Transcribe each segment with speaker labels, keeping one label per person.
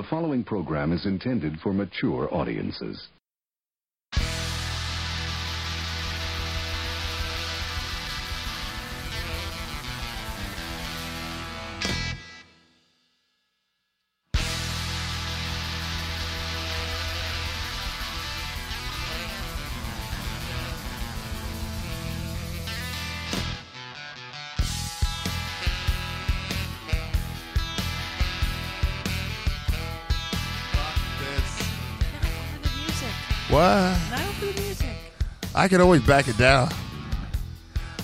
Speaker 1: The following program is intended for mature audiences.
Speaker 2: For the music.
Speaker 3: What?
Speaker 2: Not for the music.
Speaker 3: I can always back it down.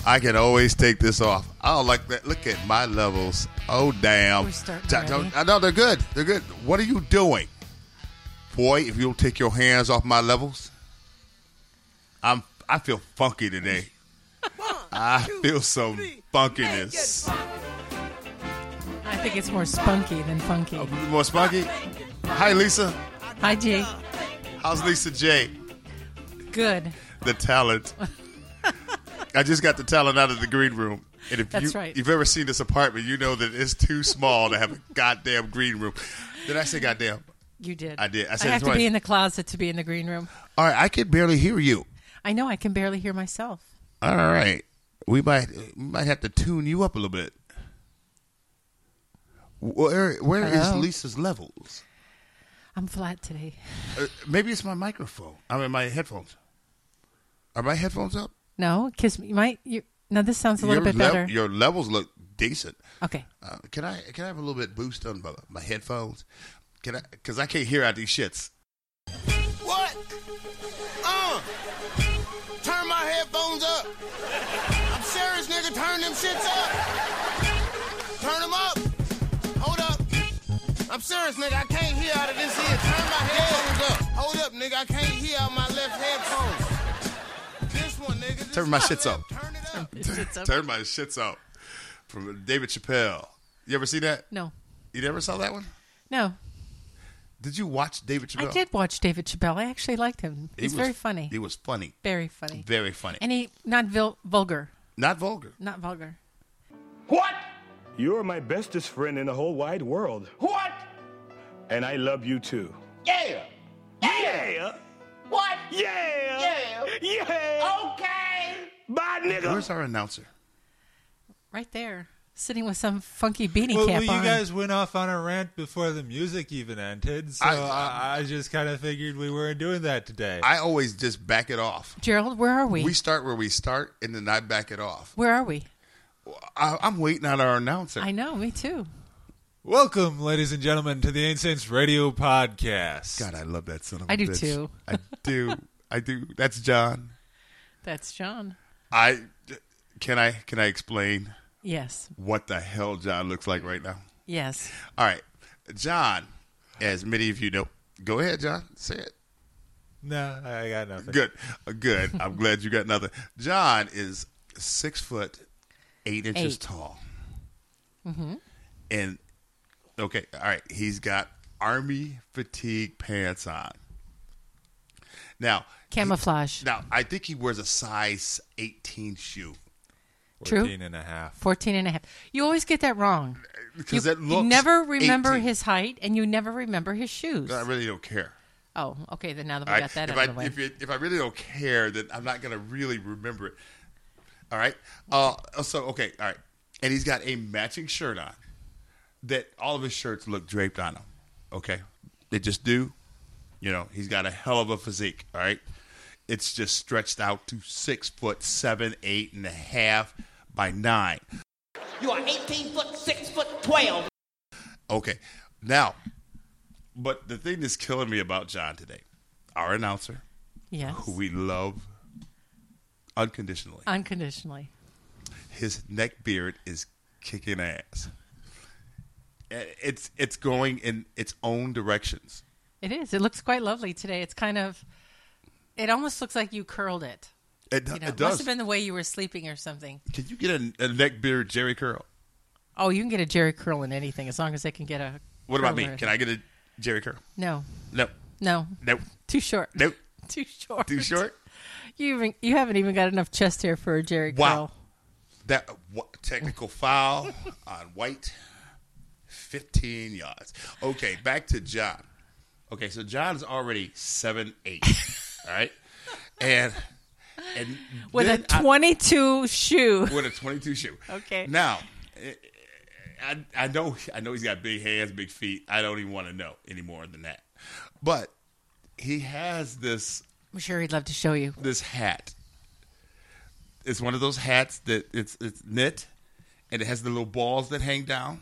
Speaker 3: I can always take this off. I don't like that. Look at my levels. Oh damn!
Speaker 2: We're starting
Speaker 3: Ta- ta-
Speaker 2: already.
Speaker 3: I know they're good. They're good. What are you doing, boy? If you'll take your hands off my levels, I'm. I feel funky today. I feel some funkiness.
Speaker 2: I think it's more spunky than funky.
Speaker 3: More spunky. Hi, Lisa.
Speaker 2: Hi, G.
Speaker 3: How's Lisa J?
Speaker 2: Good.
Speaker 3: the talent. I just got the talent out of the green room. And if
Speaker 2: That's
Speaker 3: you,
Speaker 2: right.
Speaker 3: you've ever seen this apartment, you know that it's too small to have a goddamn green room. Did I say goddamn?
Speaker 2: You did.
Speaker 3: I did. I said
Speaker 2: I
Speaker 3: it
Speaker 2: have to
Speaker 3: twice.
Speaker 2: be in the closet to be in the green room.
Speaker 3: All right, I can barely hear you.
Speaker 2: I know. I can barely hear myself.
Speaker 3: All right, we might we might have to tune you up a little bit. Where where is
Speaker 2: Hello?
Speaker 3: Lisa's levels?
Speaker 2: I'm flat today.
Speaker 3: Uh, maybe it's my microphone. I mean my headphones. Are my headphones up?
Speaker 2: No, kiss me. You might. You, now this sounds a little
Speaker 3: your
Speaker 2: bit
Speaker 3: lev-
Speaker 2: better.
Speaker 3: Your levels look decent.
Speaker 2: okay.
Speaker 3: Uh, can I can I have a little bit boost on my, my headphones? Can I? Because I can't hear out these shits.
Speaker 4: What? Uh, turn my headphones up. I'm serious, nigga. Turn them shits up. Turn them up. Hold up. I'm serious, nigga. I can't hear out of this ear. Turn my headphones up. Hold up, nigga. I can't hear out my left headphone. This one, nigga. This
Speaker 3: Turn my
Speaker 4: left.
Speaker 3: shits up.
Speaker 4: Turn it up.
Speaker 3: Turn my shits up. From David Chappelle. You ever see that?
Speaker 2: No.
Speaker 3: You never saw that one?
Speaker 2: No.
Speaker 3: Did you watch David Chappelle?
Speaker 2: I did watch David Chappelle. I actually liked him.
Speaker 3: He
Speaker 2: He's
Speaker 3: was-
Speaker 2: very funny.
Speaker 3: He was funny.
Speaker 2: very funny.
Speaker 3: Very funny.
Speaker 2: and he not vil- vulgar.
Speaker 3: Not vulgar.
Speaker 2: Not vulgar.
Speaker 5: What?
Speaker 6: You're my bestest friend in the whole wide world,
Speaker 5: What?
Speaker 6: and I love you too.
Speaker 5: Yeah.
Speaker 6: Yeah!
Speaker 5: What?
Speaker 6: Yeah!
Speaker 5: Yeah.
Speaker 6: Yeah!
Speaker 5: Okay.
Speaker 6: Bye, nigga!
Speaker 3: Where's our announcer?
Speaker 2: Right there, sitting with some funky beanie
Speaker 7: Well,
Speaker 2: cap
Speaker 7: well, you
Speaker 2: on.
Speaker 7: guys went off on a rant before the music even ended, so
Speaker 3: I-
Speaker 7: I, I, just kind of figured we weren't doing that today.
Speaker 3: I always just back it off.
Speaker 2: Gerald, where are
Speaker 3: We start where we start, and then I back it off.
Speaker 2: Where are we?
Speaker 3: I, I'm waiting on our announcer.
Speaker 2: I know, me too.
Speaker 7: Welcome, ladies and gentlemen, to the Incense Radio Podcast.
Speaker 3: God, I love that son of a
Speaker 2: I do
Speaker 3: bitch.
Speaker 2: too.
Speaker 3: I do. I do. That's John.
Speaker 2: That's John.
Speaker 3: I can I can I explain
Speaker 2: Yes,
Speaker 3: what the hell John looks like right now?
Speaker 2: yes.
Speaker 3: All right, John, as many of you know, go ahead, John, say it.
Speaker 7: No, I got nothing.
Speaker 3: Good, Uh, good. I'm glad you got nothing. John is six foot eight inches
Speaker 2: Eight. Mm-hmm.
Speaker 3: tall, and okay, all right. He's got army fatigue pants on. Now,
Speaker 2: Camouflage.
Speaker 3: now I think he wears a size 18 shoe.
Speaker 7: 14 and a half.
Speaker 2: 14 and a half. You always get that wrong. You,
Speaker 3: Because Uh, that
Speaker 2: you
Speaker 3: looks
Speaker 2: never remember
Speaker 3: 18.
Speaker 2: his height and you never remember his shoes.
Speaker 3: I really don't care.
Speaker 2: oh, okay. Then now that we
Speaker 3: All right?
Speaker 2: got that
Speaker 3: if
Speaker 2: out
Speaker 3: I
Speaker 2: of the way.
Speaker 3: if, it, if I really don't care, then I'm not gonna really remember it. All right. Uh. So okay. All right. And he's got a matching shirt on. That all of his shirts look draped on him. Okay. They just do. You know, he's got a hell of a physique. All right. It's just stretched out to six foot seven, eight and a half by nine.
Speaker 5: You are 18 foot, 6 foot, 12.
Speaker 3: Okay. Now, but the thing that's killing me about John today, our announcer,
Speaker 2: yes.
Speaker 3: who we love unconditionally,
Speaker 2: Unconditionally.
Speaker 3: his neck beard is kicking ass. It's it's going in its own directions.
Speaker 2: It is. It looks quite lovely today. It's kind of, it almost looks like you curled it.
Speaker 3: It,
Speaker 2: You know,
Speaker 3: it
Speaker 2: it must
Speaker 3: does.
Speaker 2: have been the way you were sleeping or something.
Speaker 3: Can you get a, a neck beard Jerry curl?
Speaker 2: Oh, you can get a Jerry curl in anything as long as they can get a.
Speaker 3: What about me?
Speaker 2: curler.
Speaker 3: Can I get a Jerry curl?
Speaker 2: No,
Speaker 3: No,
Speaker 2: no,
Speaker 3: no,
Speaker 2: too short.
Speaker 3: no.
Speaker 2: Too short.
Speaker 3: Too short.
Speaker 2: You even you haven't even got enough chest hair for a Jerry
Speaker 3: Wow.
Speaker 2: curl.
Speaker 3: That what, technical foul on White. 15 yards. Okay, back to John. Okay, so John is already seven eight. all right, and and
Speaker 2: with a
Speaker 3: then I-
Speaker 2: 22 shoe.
Speaker 3: with a 22 shoe.
Speaker 2: Okay.
Speaker 3: Now, I- I I know I know he's got big hands, big feet. I don't even want to know any more than that. But he has this
Speaker 2: I'm sure he'd love to show you.
Speaker 3: this hat. It's one of those hats that it's it's knit, and it has the little balls that hang down.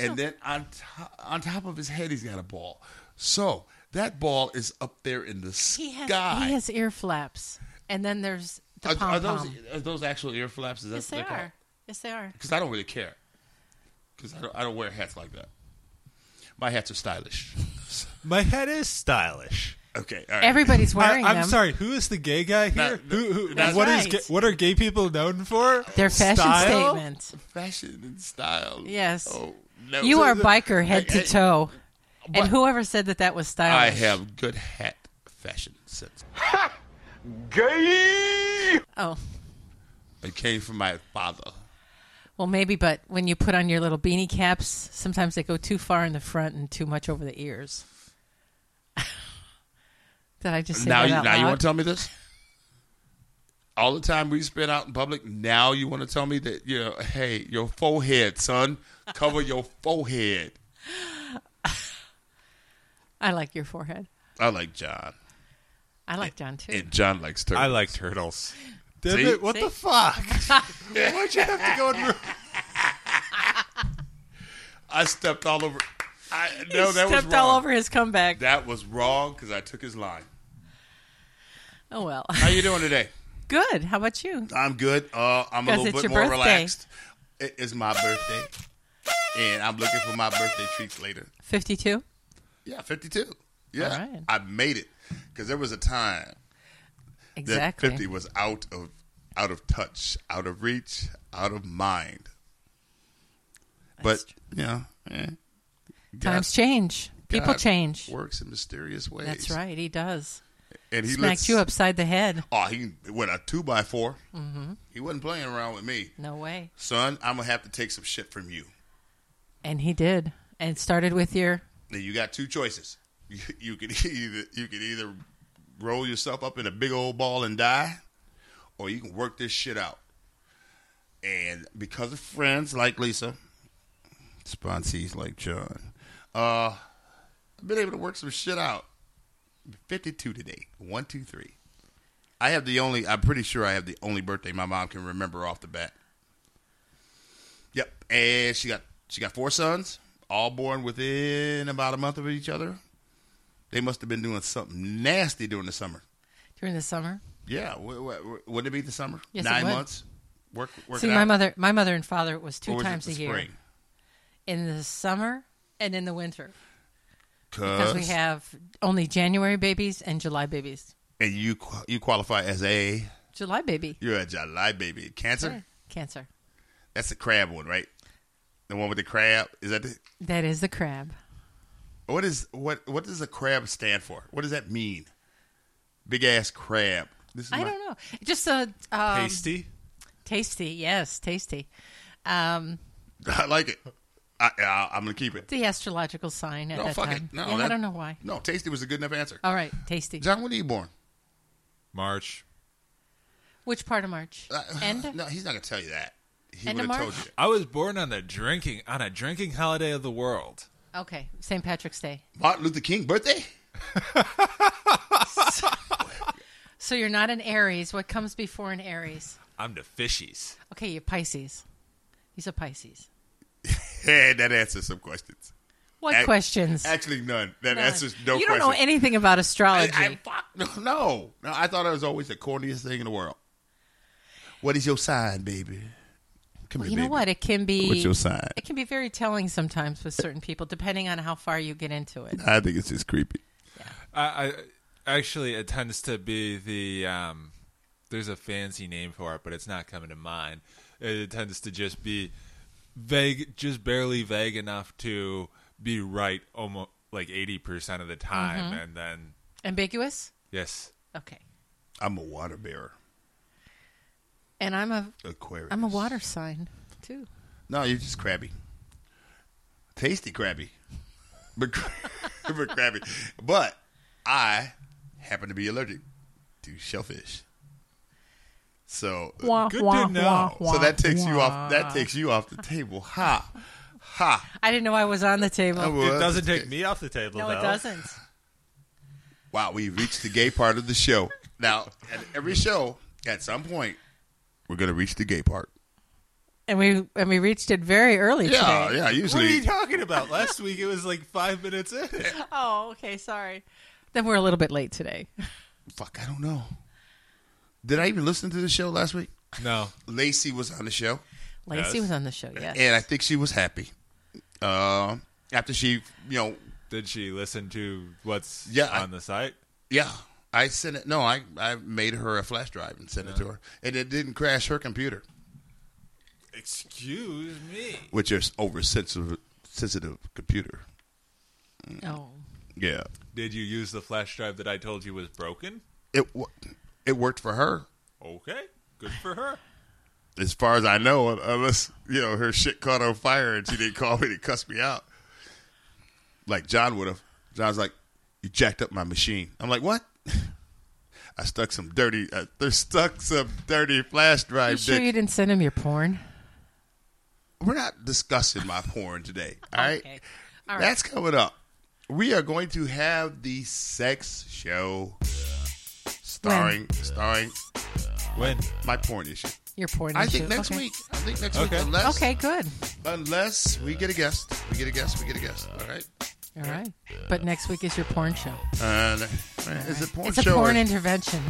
Speaker 3: and then on to- on top of his head, he's got a ball. So that ball is up there in the
Speaker 2: He has,
Speaker 3: sky.
Speaker 2: he has ear flaps, and then there's the
Speaker 3: are,
Speaker 2: pom
Speaker 3: are
Speaker 2: pom.
Speaker 3: those are those actual ear flaps? Is that what
Speaker 2: yes, they
Speaker 3: they're called?
Speaker 2: are. Yes, they are.
Speaker 3: because I don't really care. Because I don't, I don't wear hats like that. My hats are stylish.
Speaker 7: My head is stylish.
Speaker 3: Okay, all right.
Speaker 2: Everybody's wearing
Speaker 7: I, am
Speaker 2: them.
Speaker 7: sorry. Who is the gay guy here?
Speaker 3: That-
Speaker 7: who, who,
Speaker 3: that's
Speaker 7: what is
Speaker 2: right.
Speaker 7: ga- what are gay people known for?
Speaker 2: Their fashion
Speaker 7: Style?
Speaker 2: statement.
Speaker 3: fashion and style.
Speaker 2: Yes.
Speaker 3: Oh no,
Speaker 2: You
Speaker 3: So
Speaker 2: are
Speaker 3: the-
Speaker 2: biker head
Speaker 3: I- I-
Speaker 2: to toe.
Speaker 3: but-
Speaker 2: And whoever said that that was
Speaker 3: I
Speaker 2: stylish.
Speaker 3: have good hat fashion sense.
Speaker 2: Oh,
Speaker 3: It came from my father.
Speaker 2: well, maybe, but when you put on your little beanie caps, sometimes they go too far in the front and too much over the ears. Did I just say
Speaker 3: now,
Speaker 2: that
Speaker 3: you,
Speaker 2: out
Speaker 3: now you
Speaker 2: loud?
Speaker 3: want to tell me this? All the time we spent out in public. Now you want to tell me that you know, hey, your forehead, son, cover your forehead.
Speaker 2: I like your forehead.
Speaker 3: I like John,
Speaker 2: I like John too.
Speaker 3: and John likes turtles.
Speaker 7: I like turtles. Damn
Speaker 3: See?
Speaker 7: it! What the fuck? Why'd you have to go and? ru-
Speaker 3: I stepped all over. I
Speaker 2: He
Speaker 3: no, that was
Speaker 2: stepped
Speaker 3: wrong.
Speaker 2: all over his comeback.
Speaker 3: That was wrong because I took his line.
Speaker 2: oh well,
Speaker 3: How you doing today?
Speaker 2: good. How about you?
Speaker 3: I'm good. Uh, I'm a
Speaker 2: 'Cause
Speaker 3: little
Speaker 2: it's
Speaker 3: bit
Speaker 2: your
Speaker 3: more
Speaker 2: birthday.
Speaker 3: relaxed. It is my birthday, and I'm looking for my birthday treats later.
Speaker 2: Fifty-two.
Speaker 3: Yeah, 52. Yeah,
Speaker 2: All right.
Speaker 3: I made it because there was a time that
Speaker 2: Exactly.
Speaker 3: 50 was out of out of touch, out of reach, out of mind. But
Speaker 2: That's
Speaker 3: you know, eh,
Speaker 2: Times
Speaker 3: God-
Speaker 2: change. People
Speaker 3: God
Speaker 2: change.
Speaker 3: Works in mysterious ways.
Speaker 2: That's right. He does.
Speaker 3: And he
Speaker 2: Smacked
Speaker 3: lets-
Speaker 2: you upside the head.
Speaker 3: Oh, he went a two by 4 He wasn't playing around with me,
Speaker 2: No way.
Speaker 3: son. I'm gonna have to take some shit from you.
Speaker 2: And he did. And it started with your
Speaker 3: Now, you got two choices. You, you could either you could either roll yourself up in a big old ball and die, or you can work this shit out. And because of friends like Lisa, sponsees like John, uh, I've been able to work some shit out. Fifty-two today. One, two, three. I have the only. I'm pretty sure I have the only birthday my mom can remember off the bat. Yep, and she got she got four sons, all born within about a month of each other. They must have been doing something nasty during the summer.
Speaker 2: during the summer.
Speaker 3: Yeah, w- w- wouldn't it be the summer?
Speaker 2: Yes, it
Speaker 3: Nine
Speaker 2: would.
Speaker 3: months. Work, work
Speaker 2: See,
Speaker 3: it
Speaker 2: my
Speaker 3: out.
Speaker 2: mother, my mother and father was
Speaker 3: Or
Speaker 2: two
Speaker 3: was it
Speaker 2: times
Speaker 3: the
Speaker 2: a year
Speaker 3: spring?
Speaker 2: in the summer and in the winter because
Speaker 3: Cause
Speaker 2: we have only January babies and July babies.
Speaker 3: and you qu- you qualify as a
Speaker 2: July baby,
Speaker 3: you're a July baby. Cancer.
Speaker 2: Cancer.
Speaker 3: That's the crab one, right? The one with the crab. Is that the,
Speaker 2: That is the crab.
Speaker 3: what is what what does a crab stand for? What does that mean? Big ass crab. This is
Speaker 2: I
Speaker 3: my-
Speaker 2: don't know. Just a um,
Speaker 7: Tasty.
Speaker 2: tasty, yes, tasty. Um,
Speaker 3: I like it. I, I, I'm gonna keep it.
Speaker 2: the astrological sign at
Speaker 3: No,
Speaker 2: that
Speaker 3: fuck
Speaker 2: time.
Speaker 3: it. No,
Speaker 2: Yeah, I
Speaker 3: that-
Speaker 2: don't know why.
Speaker 3: No, Tasty was a good enough answer.
Speaker 2: All right, tasty.
Speaker 3: John, when are you born?
Speaker 7: March.
Speaker 2: Which part of March?
Speaker 3: Uh,
Speaker 2: End.
Speaker 3: No, he's not gonna tell you that. He
Speaker 2: End
Speaker 3: would
Speaker 2: of
Speaker 3: have told
Speaker 2: March?
Speaker 3: you.
Speaker 7: I was born on the drinking on a drinking holiday of the world.
Speaker 2: Okay, St. Patrick's Day.
Speaker 3: Martin Luther King birthday?
Speaker 2: So you're not an Aries. What comes before an Aries?
Speaker 7: I'm the fishies.
Speaker 2: Okay, you're Pisces. He's a Pisces.
Speaker 3: Hey, that answers some questions.
Speaker 2: What
Speaker 3: Ac-
Speaker 2: questions?
Speaker 3: Actually, none. That
Speaker 2: None.
Speaker 3: answers no
Speaker 2: you
Speaker 3: questions.
Speaker 2: don't know anything about astrology.
Speaker 3: I, I, fuck, no, no, no. I thought it was always the corniest thing in the world. What is your sign, baby? Come
Speaker 2: well,
Speaker 3: here,
Speaker 2: you know
Speaker 3: baby.
Speaker 2: what? It can be.
Speaker 3: What's your sign?
Speaker 2: It can be very telling sometimes with certain people, depending on how far you get into it.
Speaker 3: I think it's just creepy.
Speaker 7: I, I actually it tends to be the um, there's a fancy name for it, but it's not coming to mind. It tends to just be vague, just barely vague enough to be right, almost like eighty percent of the time,
Speaker 2: Mm-hmm.
Speaker 7: and then
Speaker 2: Ambiguous.
Speaker 7: yes,
Speaker 2: Okay.
Speaker 3: I'm a water bearer.
Speaker 2: And I'm a
Speaker 3: Aquarius.
Speaker 2: I'm a water sign too.
Speaker 3: No, you're just crabby. tasty crabby, but, but crabby. But I happen to be allergic to shellfish. So
Speaker 2: Wah,
Speaker 7: Good to
Speaker 2: wah,
Speaker 7: know.
Speaker 2: wah,
Speaker 3: so
Speaker 2: wah,
Speaker 3: that takes you
Speaker 2: wah.
Speaker 3: off. That takes you off the table. Ha, ha.
Speaker 2: I didn't know I was on the table.
Speaker 3: I
Speaker 7: It
Speaker 3: was-
Speaker 7: doesn't take me off the table,
Speaker 2: no,
Speaker 7: though.
Speaker 2: it doesn't.
Speaker 3: Wow, we reached the gay part of the show. Now, at every show, at some point, we're gonna reach the gay part.
Speaker 2: And we and we reached it very early
Speaker 3: Yeah,
Speaker 2: today.
Speaker 3: yeah.
Speaker 7: What are
Speaker 3: Usually,
Speaker 7: you talking about? Last week it was like five minutes in.
Speaker 2: Oh, okay, sorry. Then we're a little bit late today.
Speaker 3: fuck, I don't know. Did I even listen to the show last week?
Speaker 7: No.
Speaker 3: Lacey was on the show,
Speaker 2: Lacey
Speaker 7: Yes.
Speaker 2: was on the show, yes.
Speaker 3: and I think she was happy. Um, after she, you know,
Speaker 7: Did she listen to what's
Speaker 3: Yeah, I-
Speaker 7: on the site?
Speaker 3: yeah, I sent it. No, I I made her a flash drive and sent it to her, and it didn't crash her computer,
Speaker 7: Excuse me.
Speaker 3: which is oversensitive sensitive computer.
Speaker 2: oh.
Speaker 3: Yeah,
Speaker 7: Did you use the flash drive that I told you was broken?
Speaker 3: it wo- it worked for her.
Speaker 7: Okay. Good for her.
Speaker 3: as far as I know, unless you know her shit caught on fire and she didn't call me to cuss me out, like John would have. John's like, "You jacked up my machine." I'm like, "What?" I stuck some dirty. Uh, they stuck some dirty flash drive.
Speaker 2: You sure
Speaker 3: dick-
Speaker 2: you didn't send him your porn?
Speaker 3: We're not discussing my porn today. All right?
Speaker 2: Okay. All right.
Speaker 3: that's coming up. We are going to have the sex show, starring starring
Speaker 7: When?
Speaker 3: my porn issue.
Speaker 2: Your porn
Speaker 3: I
Speaker 2: issue.
Speaker 3: think next
Speaker 2: okay.
Speaker 3: week. I think next
Speaker 7: Okay.
Speaker 3: week. Unless
Speaker 2: Okay, good.
Speaker 3: Unless we get a guest. We get a guest. We get a guest. All right.
Speaker 2: All right. But next week is your porn show.
Speaker 3: And uh, is it porn
Speaker 2: it's a
Speaker 3: show?
Speaker 2: porn
Speaker 3: or-
Speaker 2: intervention.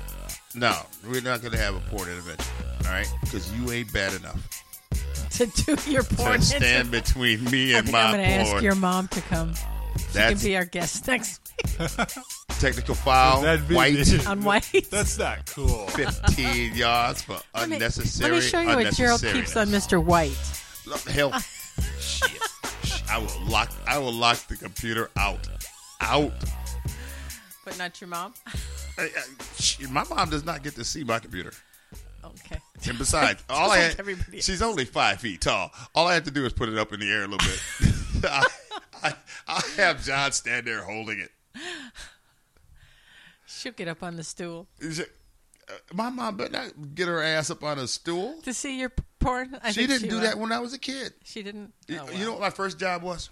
Speaker 3: no, we're not going to have a porn intervention. All right. Because you ain't bad enough
Speaker 2: To do your porn
Speaker 3: to stand
Speaker 2: intervention.
Speaker 3: between me
Speaker 2: I
Speaker 3: and
Speaker 2: think
Speaker 3: my
Speaker 2: I'm going to ask
Speaker 3: porn.
Speaker 2: your mom to come.
Speaker 3: That's
Speaker 2: Can be our guest next week
Speaker 3: technical foul.
Speaker 7: That'd be
Speaker 3: white.
Speaker 2: on White.
Speaker 7: That's not cool.
Speaker 3: 15 yards for
Speaker 2: Let me-
Speaker 3: unnecessary.
Speaker 2: Let me show you what Gerald keeps on Ah. Mr. White.
Speaker 3: unnecessary- Hell, shit. I will lock. I will lock the computer out. Out.
Speaker 2: But not your mom?
Speaker 3: I, I, sh- my mom does not get to see my computer.
Speaker 2: Okay.
Speaker 3: And besides, all I
Speaker 2: like
Speaker 3: had,
Speaker 2: everybody else.
Speaker 3: she's only five feet tall. All I have to do is put it up in the air a little bit. I, I, I have John stand there holding it.
Speaker 2: She'll get up on the stool.
Speaker 3: Is it- uh, My mom better not get her ass up on a stool.
Speaker 2: To see your p- porn? I
Speaker 3: She
Speaker 2: think
Speaker 3: didn't do
Speaker 2: will.
Speaker 3: that when I was a kid.
Speaker 2: She didn't?
Speaker 3: You-
Speaker 2: Oh,
Speaker 3: You
Speaker 2: well.
Speaker 3: know what my first job was?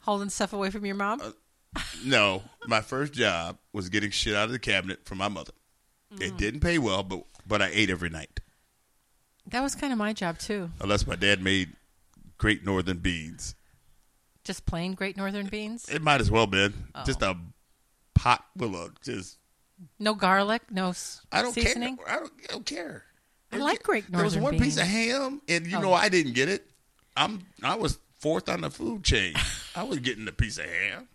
Speaker 2: Holding stuff away from your mom?
Speaker 3: Uh, No, my first job was getting shit out of the cabinet from my mother.
Speaker 2: Mm.
Speaker 3: It didn't pay well, but but I ate every night.
Speaker 2: that was kind of my job, too.
Speaker 3: Unless my dad made great northern beans.
Speaker 2: Just plain Great Northern beans?
Speaker 3: It might as well been
Speaker 2: Oh.
Speaker 3: just a pot full of just
Speaker 2: No garlic? No s-
Speaker 3: I don't
Speaker 2: seasoning?
Speaker 3: care. I don't, I don't care.
Speaker 2: I like Great Northern
Speaker 3: There was one
Speaker 2: beans.
Speaker 3: piece of ham, and you
Speaker 2: Oh.
Speaker 3: know I didn't get it. I'm I was fourth on the food chain. I was getting a piece of ham.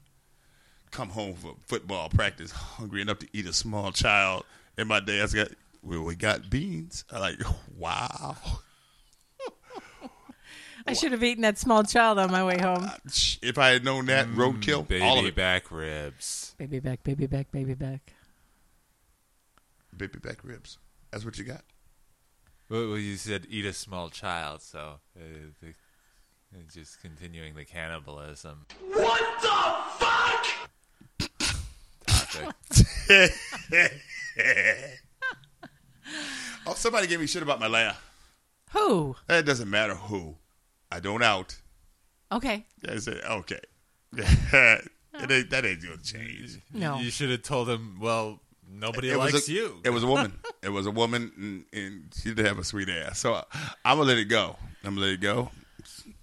Speaker 3: Come home for football practice, hungry enough to eat a small child, and my dad's got well, we got beans. I like wow.
Speaker 2: I should have eaten that small child on my way home.
Speaker 3: If I had known that roadkill,
Speaker 7: Mm, Baby
Speaker 3: all of it,
Speaker 7: back ribs.
Speaker 2: Baby back, baby back, baby back.
Speaker 3: baby back ribs. That's what you got.
Speaker 7: Well, well, you said eat a small child, so uh, the, it's just continuing the cannibalism
Speaker 5: What the fuck?
Speaker 7: topic.
Speaker 3: Oh, somebody gave me shit about my laugh.
Speaker 2: Who?
Speaker 3: It doesn't matter who. I don't out.
Speaker 2: Okay.
Speaker 3: I said, okay. it ain't, that ain't gonna change.
Speaker 2: No.
Speaker 7: You should have told him, well, nobody
Speaker 3: It was
Speaker 7: likes
Speaker 3: a,
Speaker 7: you.
Speaker 3: It was a woman. it was a woman, and, and she did have a sweet ass. So I, I'm gonna let it go. I'm gonna let it go. You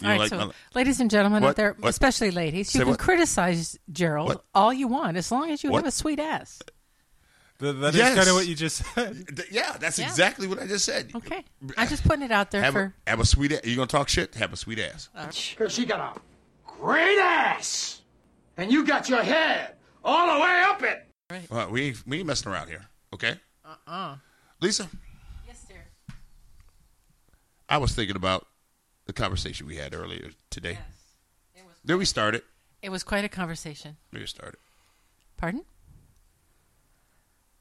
Speaker 3: don't
Speaker 2: all right,
Speaker 3: like
Speaker 2: so,
Speaker 3: my-
Speaker 2: ladies and gentlemen
Speaker 3: What?
Speaker 2: out there,
Speaker 3: What?
Speaker 2: especially ladies,
Speaker 3: Say
Speaker 2: you can
Speaker 3: what?
Speaker 2: criticize Gerald
Speaker 3: What?
Speaker 2: all you want as long as you
Speaker 3: What?
Speaker 2: have a sweet ass.
Speaker 7: Th- that is
Speaker 3: Yes.
Speaker 7: kind of what you just said.
Speaker 3: Th- yeah, that's
Speaker 2: Yeah.
Speaker 3: exactly what I just said.
Speaker 2: Okay. I'm just putting it out there
Speaker 3: Uh, Have a,
Speaker 2: for.
Speaker 3: have a sweet ass. You gonna talk shit? Have a sweet ass.
Speaker 8: She got a great ass, and you got your head all the way up it.
Speaker 3: Uh, we ain't, we ain't messing around here. Okay. Uh uh
Speaker 2: Uh-uh.
Speaker 3: Lisa,
Speaker 2: Yes, dear.
Speaker 3: I was thinking about the conversation we had earlier today. Did we start it?
Speaker 2: It was quite a conversation.
Speaker 3: Did we start it?
Speaker 2: Pardon?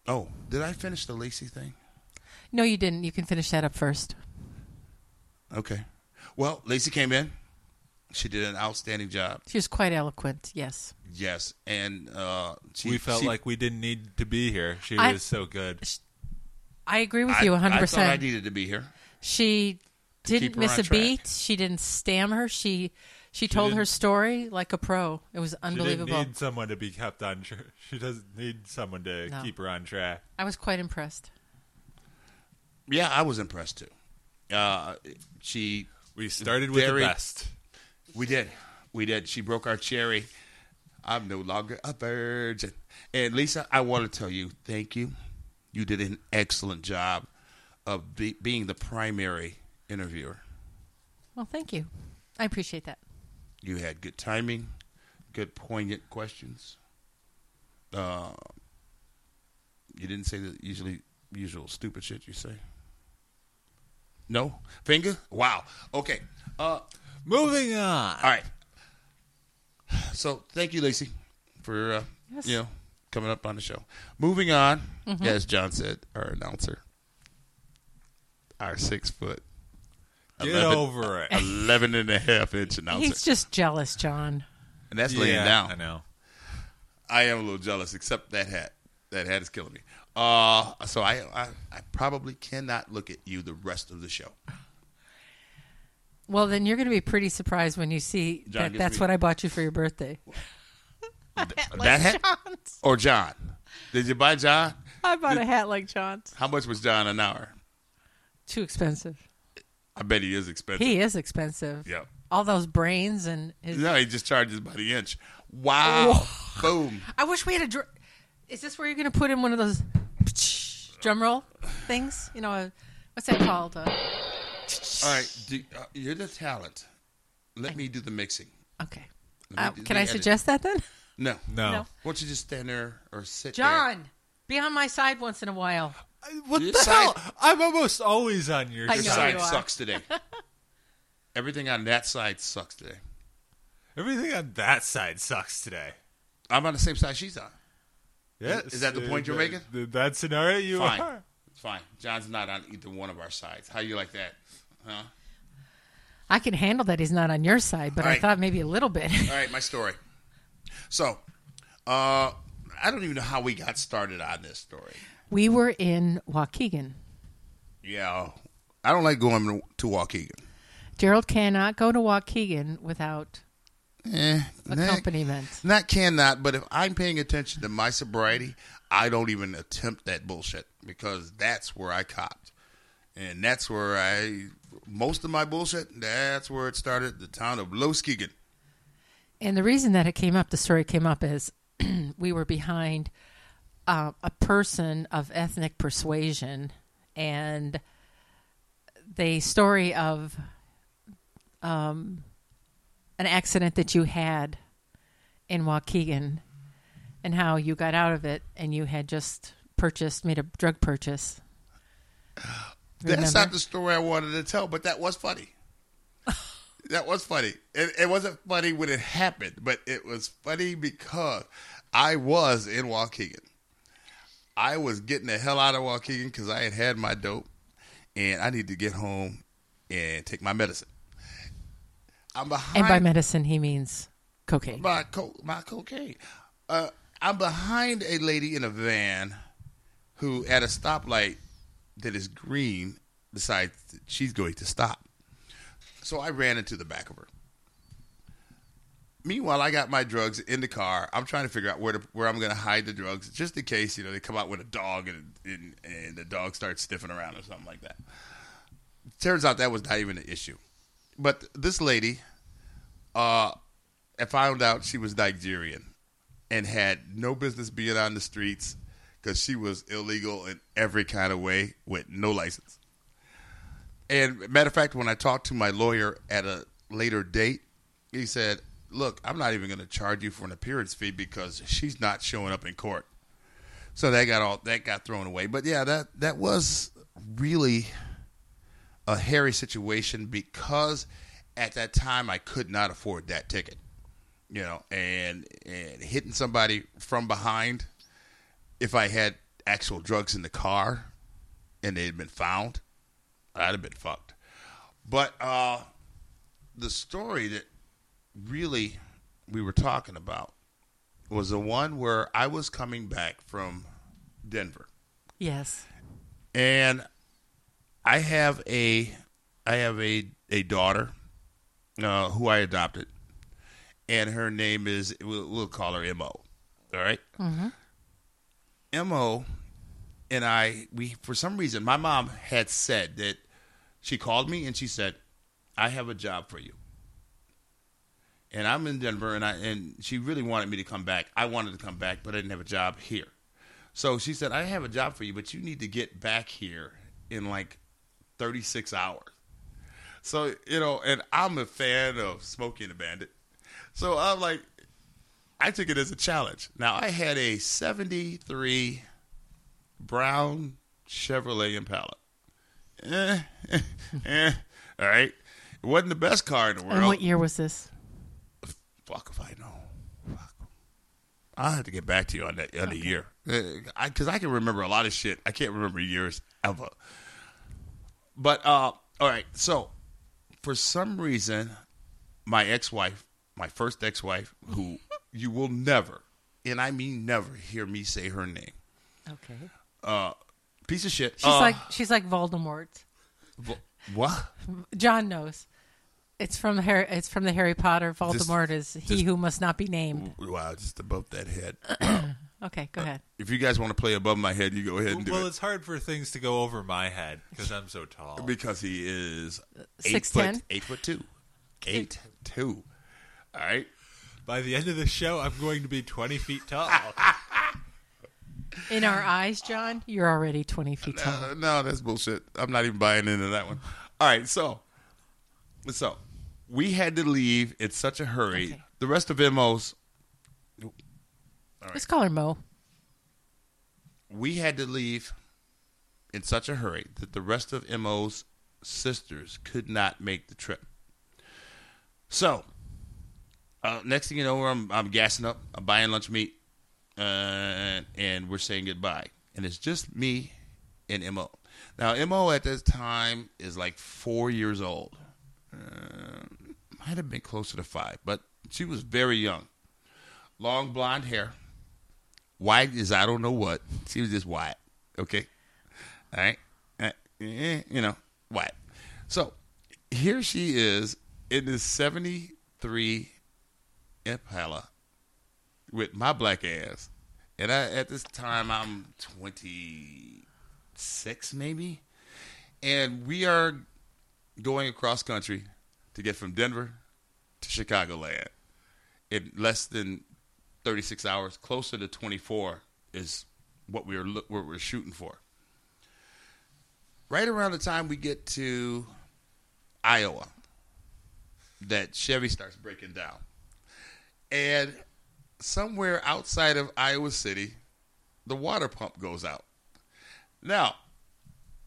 Speaker 3: Oh, did I finish the Lacey thing?
Speaker 2: No, you didn't. You can finish that up first.
Speaker 3: Okay. Well, Lacey came in. She did an outstanding job.
Speaker 2: She was quite eloquent. Yes.
Speaker 3: Yes, and uh, she,
Speaker 7: we felt
Speaker 3: she-
Speaker 7: like we didn't need to be here. She
Speaker 2: I-
Speaker 7: was so good.
Speaker 2: I agree with
Speaker 3: I-
Speaker 2: you 100%.
Speaker 3: I thought I needed to be here.
Speaker 2: she
Speaker 3: keep
Speaker 2: didn't
Speaker 3: her
Speaker 2: miss
Speaker 3: on
Speaker 2: a
Speaker 3: track.
Speaker 2: beat. She didn't stammer. She she told her
Speaker 7: didn't-
Speaker 2: story like a pro. It was
Speaker 7: She didn't
Speaker 2: unbelievable.
Speaker 7: need someone to be kept on. Tra- she doesn't need someone to
Speaker 2: No.
Speaker 7: keep her on track.
Speaker 2: I was quite impressed.
Speaker 3: Yeah, I was impressed too. Uh, she,
Speaker 7: We started with
Speaker 3: Very-
Speaker 7: the best.
Speaker 3: we did, we did. She broke our cherry. I'm no longer a virgin. And Lisa, I want to tell you, thank you. You did an excellent job of be, being the primary interviewer.
Speaker 2: Well, thank you. I appreciate that.
Speaker 3: You had good timing, good poignant questions. Uh, you didn't say the usually usual stupid shit you say. No finger. Wow. Okay. Uh,
Speaker 7: Moving on.
Speaker 3: all right. So thank you, Lacey, for uh,
Speaker 2: Yes. Mm-hmm.
Speaker 3: you know coming up on the show. Moving on, as John said, our announcer, our six foot,
Speaker 7: Get
Speaker 3: 11
Speaker 7: over it.
Speaker 3: 11 and a half inch announcer,
Speaker 2: He's just jealous, John.
Speaker 3: and that's laying down.
Speaker 7: I know.
Speaker 3: I am a little jealous, except that hat. That hat is killing me. Uh, so I, I, I probably cannot look at you the rest of the show.
Speaker 2: Well, then you're going to be pretty surprised when you see
Speaker 3: John,
Speaker 2: that
Speaker 3: give
Speaker 2: that's
Speaker 3: me-
Speaker 2: what I bought you for your birthday.
Speaker 3: that hat or John? Did you buy John?
Speaker 2: I bought a hat like John's.
Speaker 3: How much was John an hour?
Speaker 2: Too expensive.
Speaker 3: I bet he is expensive.
Speaker 2: He is expensive.
Speaker 3: Yep.
Speaker 2: All those brains and his.
Speaker 3: No, he just charges by the inch. Wow. Boom.
Speaker 2: I wish we had a. Dr- is this where you're going to put in one of those drum roll things? You know, a, what's that called? Uh,
Speaker 3: All right. Do, uh, you're the talent. Let me do the mixing.
Speaker 2: okay.
Speaker 3: Let me
Speaker 2: Uh,
Speaker 3: do
Speaker 2: can
Speaker 3: the
Speaker 2: I
Speaker 3: edit.
Speaker 2: suggest that then?
Speaker 3: No.
Speaker 7: No.
Speaker 2: No.
Speaker 3: Why don't you just stand there or sit there?
Speaker 2: John, be on my side once in a while.
Speaker 7: What
Speaker 3: Your
Speaker 7: the
Speaker 3: side-
Speaker 7: hell? I'm almost always on your
Speaker 2: I
Speaker 3: Your
Speaker 2: know
Speaker 7: side.
Speaker 3: side
Speaker 2: you are.
Speaker 3: sucks today. Everything on that side sucks today.
Speaker 7: Everything on that side sucks today.
Speaker 3: I'm on the same side she's on.
Speaker 7: Yes.
Speaker 3: is that the point you're
Speaker 7: Th-
Speaker 3: making?
Speaker 7: th- That scenario you
Speaker 3: Fine.
Speaker 7: are.
Speaker 3: It's fine. John's not on either one of our sides. How you like that? Huh?
Speaker 2: I can handle that he's not on your side, but
Speaker 3: All
Speaker 2: I
Speaker 3: right.
Speaker 2: thought maybe a little bit.
Speaker 3: All right, my story. So, uh, I don't even know how we got started on this story.
Speaker 2: we were in Waukegan.
Speaker 3: Yeah. I don't like going to- to Waukegan.
Speaker 2: Gerald cannot go to Waukegan without
Speaker 3: Eh, not,
Speaker 2: accompaniment.
Speaker 3: not cannot, but if I'm paying attention to my sobriety, I don't even attempt that bullshit because that's where I copped. And that's where I, most of my bullshit, that's where it started, the town of Los Keegan.
Speaker 2: And the reason that it came up, the story came up, is we were behind uh, a person of ethnic persuasion, and the story of um, an accident that you had in Waukegan and how you got out of it and you had just purchased, made a drug purchase.
Speaker 3: That's
Speaker 2: Remember?
Speaker 3: not the story I wanted to tell, but that was funny. that was funny. It, it wasn't funny when it happened, but it was funny because I was in Waukegan. I was getting the hell out of Waukegan because I had had my dope, and I need to get home and take my medicine. I'm behind
Speaker 2: and by medicine, he means cocaine.
Speaker 3: my co- my cocaine. Uh, I'm behind a lady in a van who, at a stoplight that is green, decides that she's going to stop. So I ran into the back of her. Meanwhile, I got my drugs in the car. I'm trying to figure out where to, where I'm going to hide the drugs, just in case you know they come out with a dog and and, and the dog starts sniffing around or something like that. Turns out that was not even an issue. But this lady, uh, I found out she was Nigerian and had no business being on the streets because she was illegal in every kind of way with no license. And matter of fact, when I talked to my lawyer at a later date, he said, "Look, I'm not even going to charge you for an appearance fee because she's not showing up in court." So that got all that got thrown away. But yeah, that that was really a hairy situation because at that time I could not afford that ticket. You know, and and hitting somebody from behind if I had actual drugs in the car and they had been found, I'd have been fucked. But uh the story that really we were talking about was the one where I was coming back from Denver.
Speaker 2: Yes.
Speaker 3: and I have a I have a a daughter uh, who I adopted, and her name is we'll, we'll call her Mo. All right? Mo and I we for some reason my mom had said that she called me and she said I have a job for you. And I'm in Denver, and I and she really wanted me to come back. I wanted to come back, but I didn't have a job here. So she said, I have a job for you, but you need to get back here in like 36 hours. So, you know, and I'm a fan of Smokey and the Bandit. So I'm like, I took it as a challenge. Now, I had a 73 brown Chevrolet Impala. Eh, eh, eh, all right. It wasn't the best car in the world.
Speaker 2: And what year was this?
Speaker 3: Fuck if I know. Fuck. I'll have to get back to you on that on the year. Because I, 'cause I can remember a lot of shit. I can't remember years ever. But, uh, all right. So, for some reason, my ex wife, my first ex wife, who you will never, and I mean never, hear me say her name.
Speaker 2: Okay.
Speaker 3: Piece of shit. Uh,
Speaker 2: She's like she's like Voldemort.
Speaker 3: what?
Speaker 2: John knows. It's from the Harry, it's from the Harry Potter. Voldemort is he
Speaker 3: just-
Speaker 2: who must not be named.
Speaker 3: Wow, just above that head. Mm.
Speaker 2: Okay,
Speaker 3: Uh,
Speaker 2: go ahead.
Speaker 3: if you guys want to play above my head, you go ahead and do
Speaker 7: Well,
Speaker 3: it.
Speaker 7: it's hard for things to go over my head because I'm so tall.
Speaker 3: because he is eight
Speaker 2: 6'10"?
Speaker 3: foot eight foot two, eight two. All right,
Speaker 7: By the end of the show, I'm going to be 20 feet tall.
Speaker 2: In our eyes, John, you're already twenty feet tall.
Speaker 3: Uh, no, that's bullshit. I'm not even buying into that one. All right, so so we had to leave in such a hurry.
Speaker 2: Okay.
Speaker 3: The rest of Mo's
Speaker 2: Let's call her Mo.
Speaker 3: we had to leave in such a hurry that the rest of Mo's sisters could not make the trip. So, uh, next thing you know, I'm I'm gassing up, I'm buying lunch meat, uh, and we're saying goodbye. And it's just me and Mo. Now, Mo at this time is like four years old. Uh, might have been closer to five, but she was very young. Long blonde hair wide is I don't know what. She was just wide. Okay. All right. Uh, eh, you know, wide. So here she is in this 73 Impala with my black ass. And I, at this time, I'm 26 maybe. And we are going across country to get from Denver to Chicagoland in less than 36 hours, closer to 24 is what we were look, what we're shooting for. Right around the time we get to Iowa, that Chevy starts breaking down, and somewhere outside of Iowa City, the water pump goes out. Now,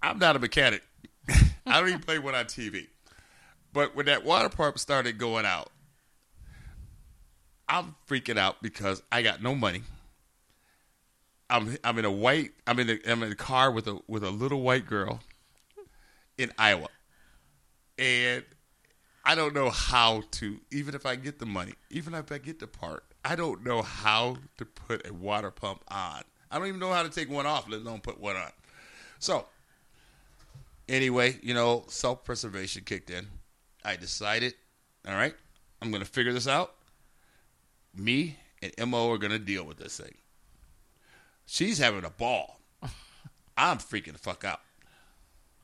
Speaker 3: I'm not a mechanic. I don't even play one on TV. But when that water pump started going out, I'm freaking out because I got no money. I'm I'm in a white I'm in a I'm in a car with a with a little white girl in Iowa. And I don't know how to even if I get the money, even if I get the part, I don't know how to put a water pump on. I don't even know how to take one off, let alone put one on. So anyway, you know, self preservation kicked in. I decided, all right, I'm gonna figure this out me and Mo are gonna deal with this thing. She's having a ball. I'm freaking the fuck out.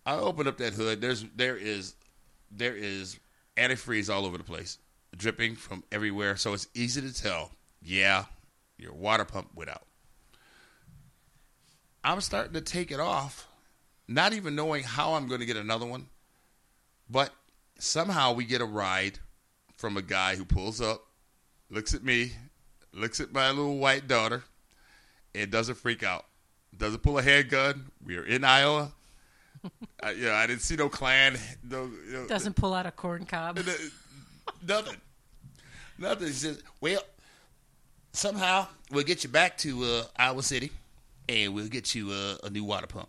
Speaker 3: I open up that hood. There's there is there is antifreeze all over the place, dripping from everywhere. So it's easy to tell. Yeah, your water pump went out. I'm starting to take it off, not even knowing how I'm going to get another one. But somehow we get a ride from a guy who pulls up, looks at me, looks at my little white daughter, and doesn't freak out. Doesn't pull a handgun. We are in Iowa. I, yeah, I didn't see no Klan. No, you know,
Speaker 2: Doesn't pull out a corn cob.
Speaker 3: nothing. Nothing. He says, well, somehow we'll get you back to uh, Iowa City and we'll get you uh, a new water pump.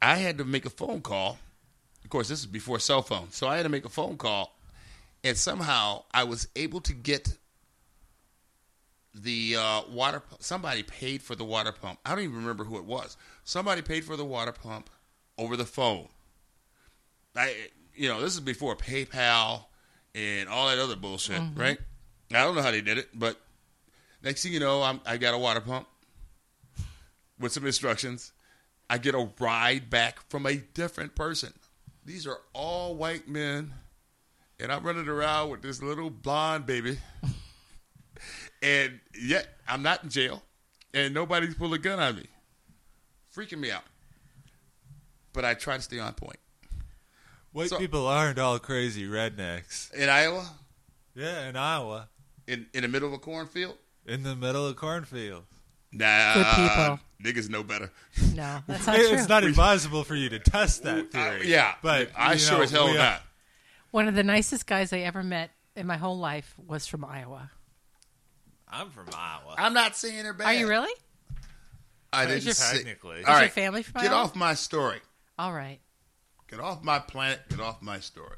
Speaker 3: I had to make a phone call. Of course, this is before cell phone. So I had to make a phone call and somehow I was able to get the uh, water. pu- Somebody paid for the water pump. I don't even remember who it was. Somebody paid for the water pump over the phone. I, you know, this is before PayPal and all that other bullshit, right? I don't know how they did it, but next thing you know, I'm, I got a water pump with some instructions. I get a ride back from a different person. These are all white men, and I'm running around with this little blonde baby, and yet I'm not in jail, and nobody's pulled a gun on me, freaking me out. But I try to stay on point.
Speaker 7: White
Speaker 3: So-
Speaker 7: people aren't all crazy rednecks.
Speaker 3: In Iowa,
Speaker 7: Yeah, in Iowa,
Speaker 3: in in the middle of a cornfield,
Speaker 7: in the middle of cornfields.
Speaker 3: nah,
Speaker 2: Good
Speaker 3: niggas know better.
Speaker 2: No, that's not true.
Speaker 7: It's not advisable for you to test that
Speaker 3: I-
Speaker 7: theory.
Speaker 3: yeah,
Speaker 7: but
Speaker 3: I
Speaker 7: you
Speaker 3: sure
Speaker 7: know,
Speaker 3: as hell
Speaker 7: we are-
Speaker 3: not.
Speaker 2: One of the nicest guys I ever met in my whole life was from Iowa.
Speaker 7: I'm from Iowa.
Speaker 3: I'm not saying her bad.
Speaker 2: Are you really?
Speaker 3: I
Speaker 2: Is
Speaker 3: didn't
Speaker 2: your-
Speaker 3: say-
Speaker 7: Technically.
Speaker 3: All
Speaker 2: Is your
Speaker 3: right,
Speaker 2: family from
Speaker 3: Get
Speaker 2: Iowa?
Speaker 3: off my story.
Speaker 2: All right.
Speaker 3: Get off my planet. Get off my story.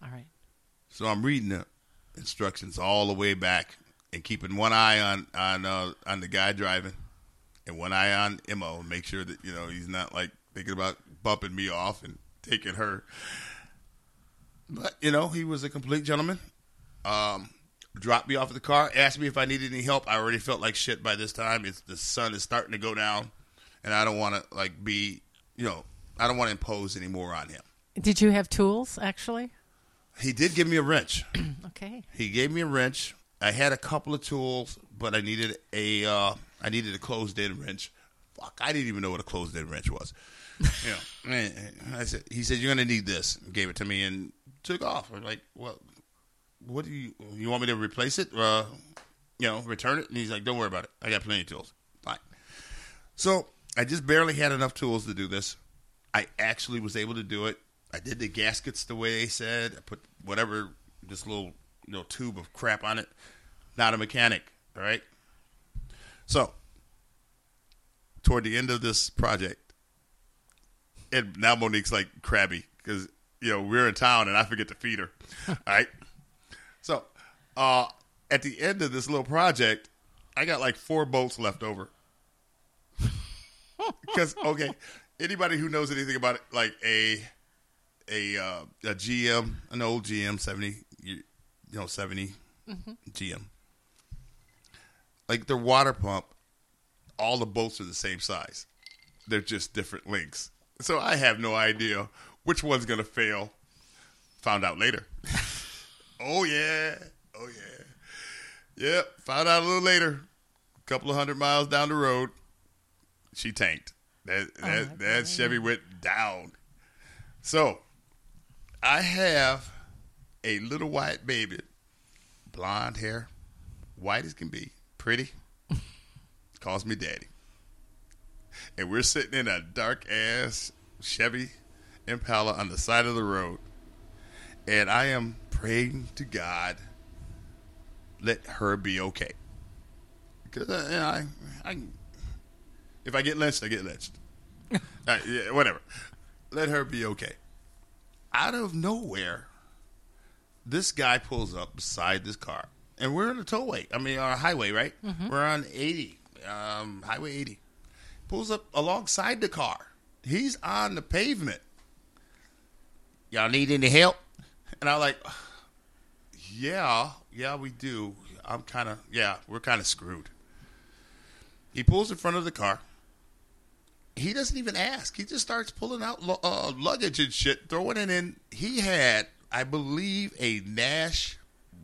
Speaker 2: All right.
Speaker 3: So I'm reading the instructions all the way back and keeping one eye on on uh, on the guy driving and one eye on Emo. Make sure that you know he's not like thinking about bumping me off and taking her. But you know he was a complete gentleman. Um, dropped me off at the car. Asked me if I needed any help. I already felt like shit by this time. It's the sun is starting to go down, and I don't want to like be you know I don't want to impose anymore on him.
Speaker 2: Did you have tools actually?
Speaker 3: He did give me a wrench.
Speaker 2: Okay.
Speaker 3: He gave me a wrench. I had a couple of tools, but I needed a uh, I needed a closed in wrench. Fuck, I didn't even know what a closed in wrench was. you know, eh, eh, I said he said you're gonna need this. Gave it to me and took off. I'm like, well, what do you you want me to replace it? Uh, you know, return it? And he's like, don't worry about it. I got plenty of tools. Fine. So I just barely had enough tools to do this. I actually was able to do it. I did the gaskets the way they said. I put whatever this little you know tube of crap on it. Not a mechanic, all right. So toward the end of this project, and now Monique's like crabby because you know we're in town and I forget to feed her. all right. So uh, at the end of this little project, I got like four bolts left over. Because okay, anybody who knows anything about it, like a a uh, a GM, an old GM, seventy, you, you know, 70 GM, like their water pump, all the bolts are the same size. They're just different links. So I have no idea which one's gonna fail. Found out later. oh yeah, oh yeah, yep. Found out a little later, a couple of hundred miles down the road she tanked. That that, that Chevy went down. So I have a little white baby, blonde hair, white as can be, pretty. calls me daddy, and we're sitting in a dark ass Chevy Impala on the side of the road, and I am praying to God, let her be okay. Because I, I, I if I get lynched, I get lynched. Uh, yeah, whatever. Let her be okay. Out of nowhere, this guy pulls up beside this car, and we're on the tollway. I mean, on a highway, right? We're on eighty, um, highway eighty. Pulls up alongside the car. He's on the pavement. Y'all need any help? And I'm like, yeah, yeah, we do. I'm kind of, yeah, we're kind of screwed. He pulls in front of the car. He doesn't even ask. He just starts pulling out lu- uh, luggage and shit, throwing it in. He had, I believe, a Nash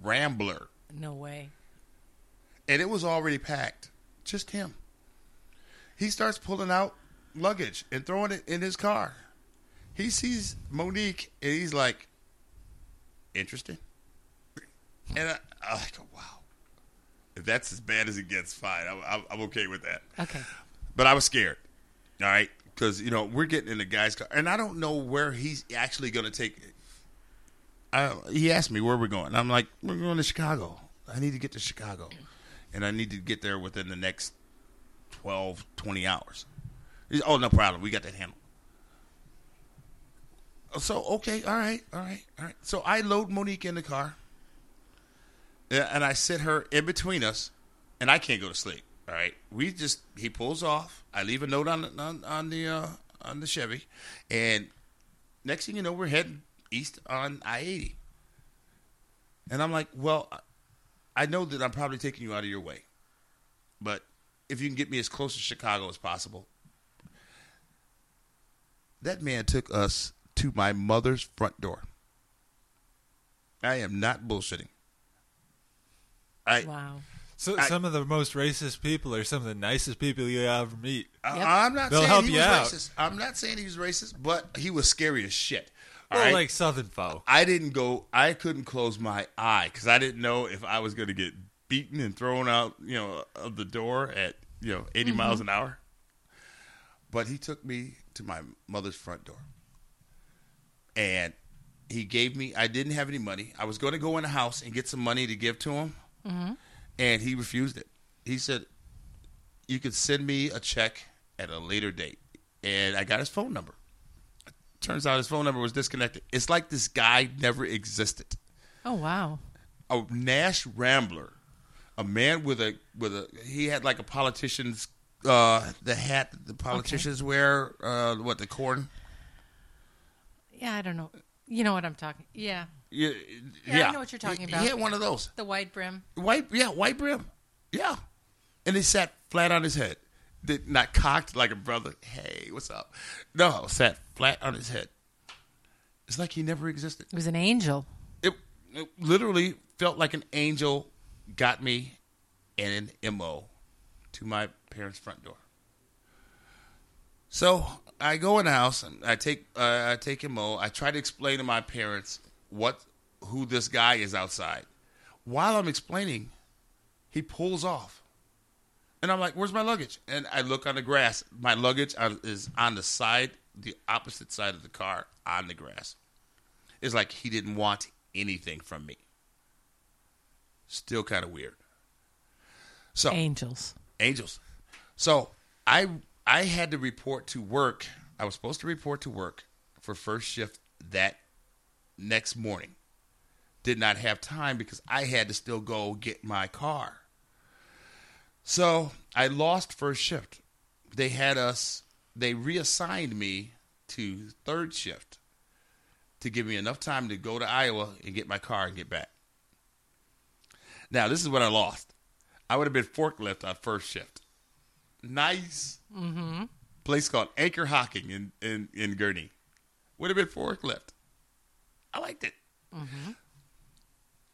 Speaker 3: Rambler,
Speaker 2: No way.
Speaker 3: and it was already packed. Just him. He starts pulling out luggage and throwing it in his car. He sees Monique, and he's like, "Interesting." And I, I go, "Wow, if that's as bad as it gets, fine. I'm, I'm, I'm okay with that."
Speaker 2: Okay.
Speaker 3: But I was scared. All right, because you know we're getting in the guy's car, and I don't know where he's actually going to take. it. I, he asked me where we're going. I'm like, we're going to Chicago. I need to get to Chicago, and I need to get there within the next 12, 20 hours. He's, oh, no problem. We got that handled. So okay, all right, all right, all right. So I load Monique in the car. Yeah, and I sit her in between us, and I can't go to sleep. All right, we just he pulls off. I leave a note on the- on, on the uh, on the Chevy, and next thing you know, we're heading east on I eighty. And I'm like, well, I know that I'm probably taking you out of your way, but if you can get me as close to Chicago as possible, that man took us to my mother's front door. I am not bullshitting. I,
Speaker 2: Wow.
Speaker 7: So,
Speaker 3: I-
Speaker 7: some of the most racist people are some of the nicest people you ever meet.
Speaker 3: I-
Speaker 2: Yep.
Speaker 3: I'm not
Speaker 7: They'll
Speaker 3: saying
Speaker 7: help
Speaker 3: he
Speaker 7: you
Speaker 3: was
Speaker 7: out.
Speaker 3: racist. I'm not saying he was racist, but he was scary as shit. All
Speaker 7: Or
Speaker 3: right,
Speaker 7: like Southern folk.
Speaker 3: I didn't go. I couldn't close my eye because I didn't know if I was going to get beaten and thrown out, you know, of the door at you know 80 miles an hour. But he took me to my mother's front door, and he gave me. I didn't have any money. I was going to go in the house and get some money to give to him, and he refused it. He said, "You could send me a check at a later date," and I got his phone number turns out his phone number was disconnected. It's like this guy never existed.
Speaker 2: Oh wow.
Speaker 3: A Nash Rambler, a man with a with a he had like a politician's uh the hat that the politicians wear uh what the corn
Speaker 2: Yeah, I don't know. You know what I'm talking. Yeah,
Speaker 3: yeah,
Speaker 2: I know what you're talking
Speaker 3: He-
Speaker 2: about.
Speaker 3: He had one of those
Speaker 2: the wide brim.
Speaker 3: white yeah white brim yeah, and he sat flat on his head, Did, not cocked like a brother. Hey, what's up? No, sat flat on his head. It's like he never existed.
Speaker 2: It was an angel.
Speaker 3: it, it literally felt like an angel got me in an MO to my parents' front door. So I go in the house and I take uh, I take MO. I try to explain to my parents what who this guy is outside. While I'm explaining, he pulls off, and I'm like, "Where's my luggage?" And I look on the grass. My luggage on- is on the side, the opposite side of the car, on the grass. It's like he didn't want anything from me. Still kind of weird. So
Speaker 2: Angels.
Speaker 3: angels. So I I had to report to work. I was supposed to report to work for first shift that next morning. Did not have time because I had to still go get my car. So I lost first shift. They had us. They reassigned me to third shift to give me enough time to go to Iowa and get my car and get back. Now this is what I lost. I would have been forklift on first shift. Nice place called Anchor Hocking in in in Gurney. Would have been forklift. I liked it.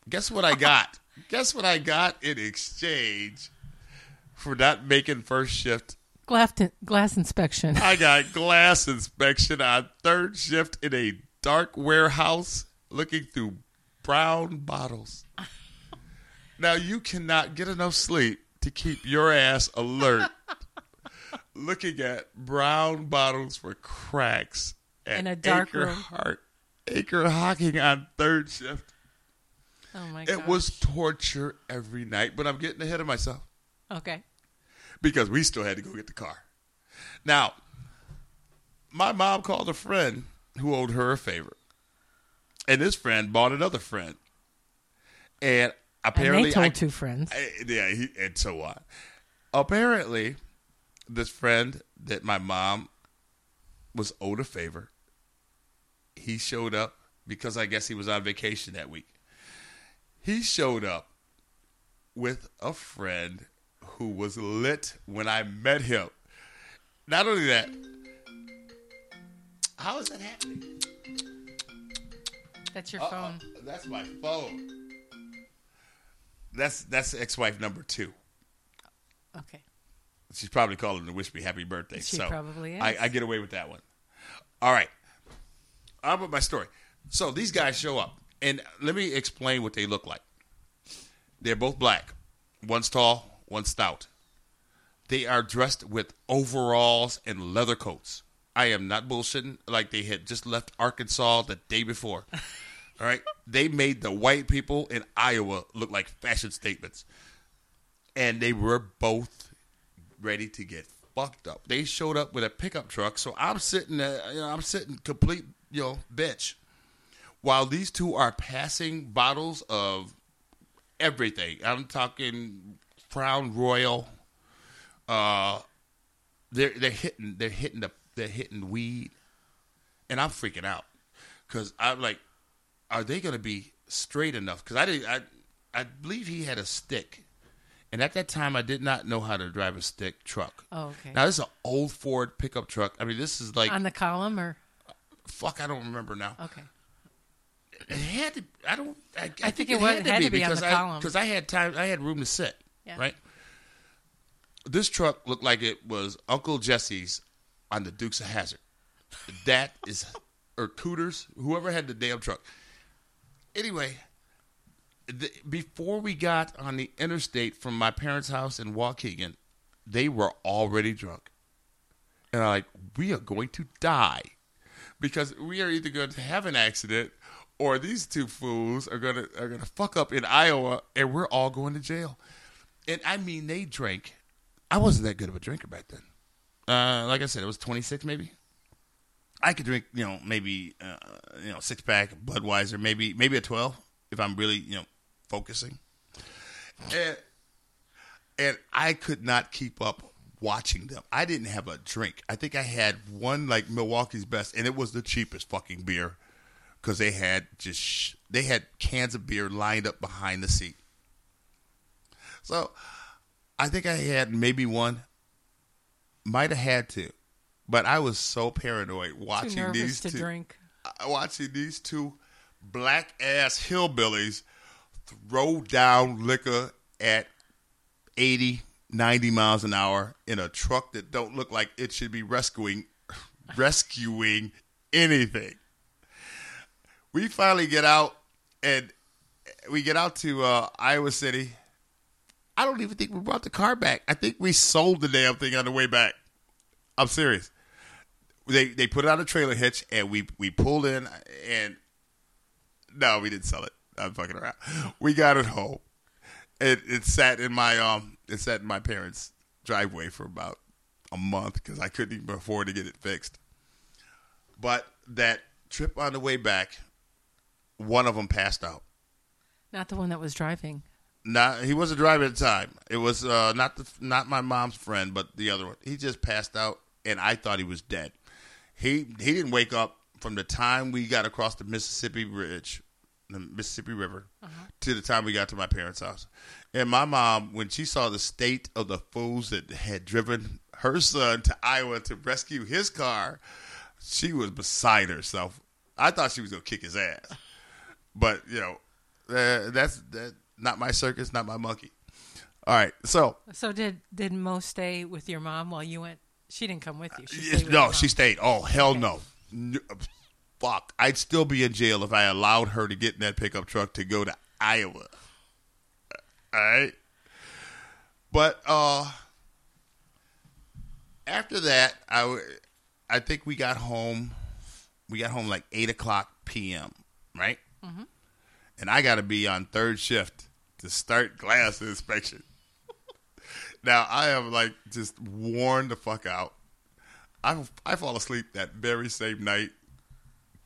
Speaker 3: Guess what I got? Guess what I got in exchange for not making first shift?
Speaker 2: Glass, glass inspection.
Speaker 3: I got glass inspection on third shift in a dark warehouse looking through brown bottles. Now you cannot get enough sleep to keep your ass alert looking at brown bottles for cracks at
Speaker 2: In a dark
Speaker 3: acre
Speaker 2: room.
Speaker 3: Heart, acre hocking on third shift.
Speaker 2: Oh my god.
Speaker 3: It was torture every night, but I'm getting ahead of myself
Speaker 2: okay.
Speaker 3: because we still had to go get the car. Now, my mom called a friend who owed her a favor, and this friend bought another friend, and apparently
Speaker 2: and they told
Speaker 3: I,
Speaker 2: two friends.
Speaker 3: I- yeah, he, and so on. Apparently, this friend that my mom was owed a favor, he showed up because I guess he was on vacation that week. He showed up with a friend who was lit when I met him. Not only that, how is that happening?
Speaker 2: That's your phone.
Speaker 3: That's my phone. That's that's ex-wife number two.
Speaker 2: Okay.
Speaker 3: She's probably calling to wish me happy birthday.
Speaker 2: She
Speaker 3: so
Speaker 2: probably is.
Speaker 3: I, I get away with that one. All right. How about my story? So these guys show up, and let me explain what they look like. They're both black. One's tall, one's stout. They are dressed with overalls and leather coats. I am not bullshitting. Like they had just left Arkansas the day before. All right. They made the white people in Iowa look like fashion statements. And they were both ready to get fucked up. They showed up with a pickup truck, so I'm sitting, uh, you know, I'm sitting complete, you know, bitch, while these two are passing bottles of everything. I'm talking Crown Royal. Uh, they're they're hitting they're hitting the they're hitting weed, and I'm freaking out because I'm like, are they gonna be straight enough? Because I did I I believe he had a stick, and at that time I did not know how to drive a stick truck.
Speaker 2: Oh, okay.
Speaker 3: Now this is an old Ford pickup truck. I mean, this is like
Speaker 2: on the column or
Speaker 3: fuck. I don't remember now.
Speaker 2: okay.
Speaker 3: It had to. I don't. I, I, think,
Speaker 2: think
Speaker 3: it,
Speaker 2: it was-
Speaker 3: had, to be,
Speaker 2: on
Speaker 3: because
Speaker 2: the
Speaker 3: I
Speaker 2: column.
Speaker 3: because I had time. I had room to sit.
Speaker 2: Yeah.
Speaker 3: Right. This truck looked like it was Uncle Jesse's on the Dukes of Hazard. That is, or Cooters, whoever had the damn truck. Anyway, the, before we got on the interstate from my parents' house in Waukegan, they were already drunk, and I'm like, "We are going to die." because we are either going to have an accident or these two fools are gonna are gonna fuck up in Iowa and we're all going to jail. And I mean, they drank. I wasn't that good of a drinker back then. Uh, like I said, it was 26 maybe. I could drink, you know, maybe uh, you know six pack of Budweiser, maybe maybe a 12 if I'm really you know focusing. And and I could not keep up watching them. I didn't have a drink. I think I had one like Milwaukee's best, and it was the cheapest fucking beer because they had just sh- they had cans of beer lined up behind the seat. So I think I had maybe one, might have had two, but I was so paranoid
Speaker 2: Too
Speaker 3: watching these
Speaker 2: nervous to
Speaker 3: two
Speaker 2: drink.
Speaker 3: I- watching these two black ass hillbillies throw down liquor at 80, 90 miles an hour in a truck that don't look like it should be rescuing rescuing anything. We finally get out and we get out to uh, Iowa City. I don't even think we brought the car back. I think we sold the damn thing on the way back. I'm serious they they put it on a trailer hitch and we we pulled in and no we didn't sell it i'm fucking around we got it home it it sat in my um it sat in my parents driveway for about a month because i couldn't even afford to get it fixed but that trip on the way back one of them passed out
Speaker 2: Not the one that was driving.
Speaker 3: not he wasn't driving at the time. It was uh, not the not my mom's friend, but the other one. He just passed out, and I thought he was dead. He he didn't wake up from the time we got across the Mississippi Bridge, the Mississippi River, to the time we got to my parents' house. And my mom, when she saw the state of the fools that had driven her son to Iowa to rescue his car, she was beside herself. I thought she was gonna kick his ass but you know, uh, that's that, not my circus, not my monkey. All right, so
Speaker 2: So did did Mo stay with your mom while you went? She didn't come with you. She stayed
Speaker 3: yes,
Speaker 2: with your
Speaker 3: Uh, no,
Speaker 2: mom.
Speaker 3: she stayed. Oh hell no. no, fuck! I'd still be in jail if I allowed her to get in that pickup truck to go to Iowa. All right, but uh, after that, I w- I think we got home. We got home like eight o'clock p.m. Right,
Speaker 2: Mm-hmm.
Speaker 3: and I got to be on third shift to start glass inspection. now I am like just worn the fuck out. I I fall asleep that very same night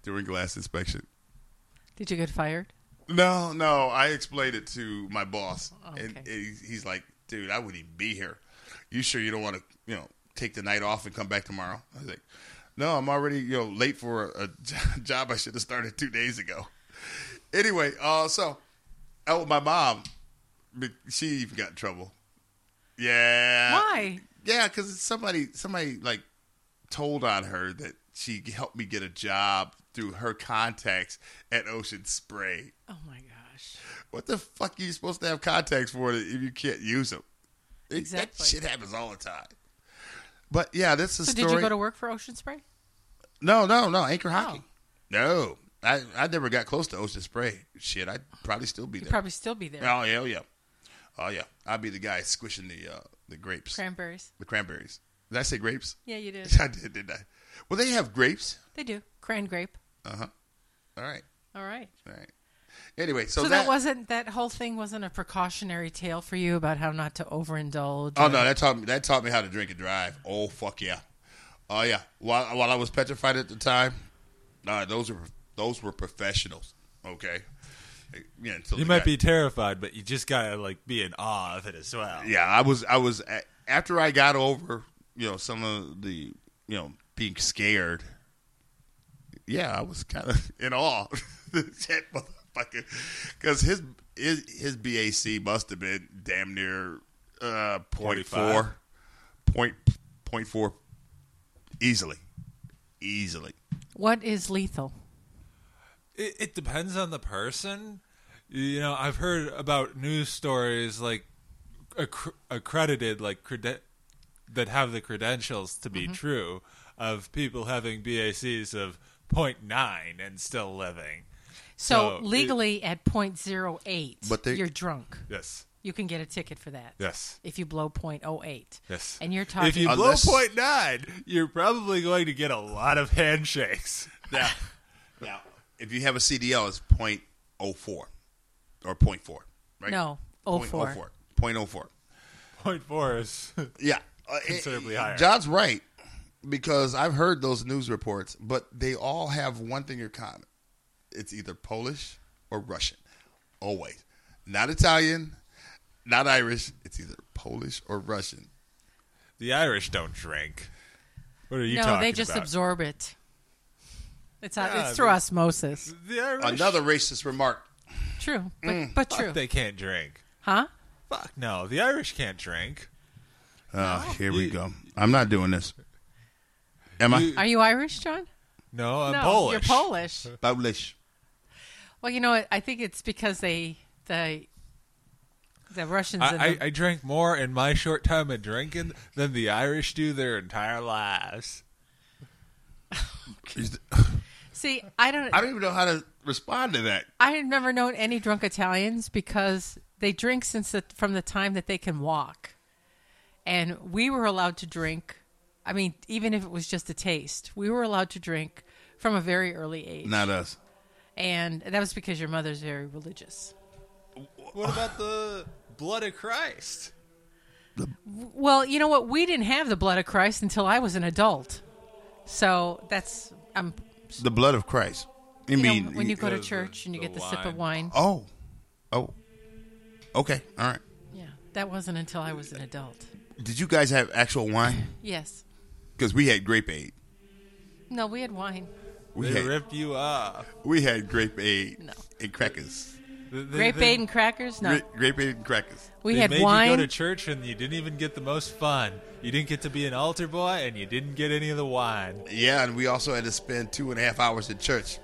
Speaker 3: during glass inspection.
Speaker 2: Did you get fired?
Speaker 3: No, no, I explained it to my boss, and
Speaker 2: Okay.
Speaker 3: he- he's like, "Dude, I wouldn't even be here. You sure you don't want to, you know, take the night off and come back tomorrow?" I was like, "No, I'm already, you know, late for a, a jo- job I should have started two days ago." Anyway, uh, so oh, my mom, be- she even got in trouble. Yeah,
Speaker 2: Why?
Speaker 3: yeah, because somebody somebody like told on her that she helped me get a job through her contacts at Ocean Spray.
Speaker 2: Oh my gosh.
Speaker 3: What the fuck are you supposed to have contacts for if you can't use them? It- That
Speaker 2: Exactly.
Speaker 3: shit happens all the time. But yeah, that's the
Speaker 2: So
Speaker 3: story.
Speaker 2: did you go to Oh. work for Ocean Spray?
Speaker 3: no, no, no, anchor hockey. No, I I never got close to Ocean Spray. Shit, I'd probably still be
Speaker 2: You'd
Speaker 3: there.
Speaker 2: probably still be there.
Speaker 3: oh yeah, oh yeah, oh yeah. I'd be the guy squishing the uh, the grapes,
Speaker 2: Cranberries.
Speaker 3: the cranberries. Did I say grapes?
Speaker 2: Yeah, you did.
Speaker 3: I did, didn't I? Well, they have grapes.
Speaker 2: They do. Cran grape.
Speaker 3: All right,
Speaker 2: All right.
Speaker 3: all right. Anyway, so,
Speaker 2: So, that, wasn't that whole thing wasn't a precautionary tale for you about how not to overindulge.
Speaker 3: Oh
Speaker 2: or-
Speaker 3: no, that taught me that taught me how to drink and drive. Oh fuck yeah, oh yeah. While while I was petrified at the time, nah, those were those were professionals. Okay, Yeah, until
Speaker 7: You
Speaker 3: the
Speaker 7: might
Speaker 3: guy-
Speaker 7: be terrified, but you just gotta like be in awe of it as well.
Speaker 3: Yeah, I was. I was a- after I got over you know some of the you know being scared. Yeah, I was kind of in awe. that motherfucker, because his, his his BAC must have been damn near uh, point
Speaker 7: 45.
Speaker 3: four, point point four, easily, easily.
Speaker 2: What is lethal?
Speaker 7: It, it depends on the person. You know, I've heard about news stories like acc- accredited, like crede- that have the credentials to
Speaker 2: Mm-hmm.
Speaker 7: be true, of people having BACs of 0.9 and still living.
Speaker 2: So,
Speaker 7: So, it-
Speaker 2: legally at point zero eight,
Speaker 3: But they-
Speaker 2: you're drunk.
Speaker 7: Yes.
Speaker 2: You can get a ticket for that.
Speaker 7: Yes.
Speaker 2: If you blow point oh eight.
Speaker 7: Yes.
Speaker 2: And you're talking
Speaker 7: If you
Speaker 3: Unless-
Speaker 7: blow 0.9, you're probably going to get a lot of handshakes.
Speaker 3: Now, now, if you have a CDL, it's .04 or .4, right?
Speaker 2: No,
Speaker 3: 0.04.
Speaker 2: 04.
Speaker 3: 0.04.
Speaker 7: 0.4 is
Speaker 3: Yeah, Uh, it-
Speaker 7: Considerably higher.
Speaker 3: John's right because I've heard those news reports, but they all have one thing in common: it's either Polish or Russian. Always, not Italian, not Irish. It's either Polish or Russian.
Speaker 7: the Irish don't drink. What are you
Speaker 2: No,
Speaker 7: talking
Speaker 2: they just
Speaker 7: about?
Speaker 2: absorb it. It's
Speaker 7: Yeah,
Speaker 2: it's through
Speaker 7: they-
Speaker 2: osmosis.
Speaker 7: The Irish
Speaker 3: Another racist remark.
Speaker 2: True. But
Speaker 7: Mm.
Speaker 2: but true.
Speaker 7: They can't drink.
Speaker 2: huh?
Speaker 7: Fuck no, the Irish can't drink.
Speaker 3: Uh, here we go. I'm not doing this. Am I
Speaker 2: Are you Irish, John?
Speaker 7: No, I'm
Speaker 2: no,
Speaker 7: Polish.
Speaker 2: you're Polish.
Speaker 3: Polish?
Speaker 2: Well, you know what? I think it's because they the the Russians and
Speaker 7: I,
Speaker 2: the,
Speaker 7: I, I drank more in my short time of drinking than the Irish do their entire lives.
Speaker 3: Is th-
Speaker 2: see. I don't.
Speaker 3: I
Speaker 2: I,
Speaker 3: don't even know how to respond to that.
Speaker 2: have never known any drunk Italians because they drink since the, from the time that they can walk, and we were allowed to drink. I mean, even if it was just a taste, we were allowed to drink from a very early age,
Speaker 3: Not us.
Speaker 2: and that was because your mother's very religious.
Speaker 7: What about the blood of Christ?
Speaker 2: Well, you know what? We didn't have the blood of Christ until I was an adult, so that's I'm
Speaker 3: The blood of Christ. You,
Speaker 2: you
Speaker 3: mean
Speaker 2: know, when you go to
Speaker 7: the-
Speaker 2: church and you
Speaker 7: the
Speaker 2: get the sip of
Speaker 7: wine.
Speaker 2: wine.
Speaker 3: Oh, oh, okay, all right.
Speaker 2: Yeah, that wasn't until I was an adult.
Speaker 3: Did you guys have actual wine?
Speaker 2: Yes.
Speaker 3: Because we had grape aid.
Speaker 2: No, we had wine.
Speaker 3: We
Speaker 7: They
Speaker 3: had,
Speaker 7: rip you up.
Speaker 3: we had grape aid
Speaker 2: No.
Speaker 3: and crackers.
Speaker 7: They- they-
Speaker 2: Grape
Speaker 7: they-
Speaker 2: aid and crackers? No.
Speaker 3: Gra- grape aid and crackers.
Speaker 2: we
Speaker 7: they
Speaker 2: had
Speaker 7: made You
Speaker 2: wine.
Speaker 7: go to church and you didn't even get the most fun. You didn't get to be an altar boy and you didn't get any of the wine.
Speaker 3: Yeah, and we also had to spend two and a half hours in church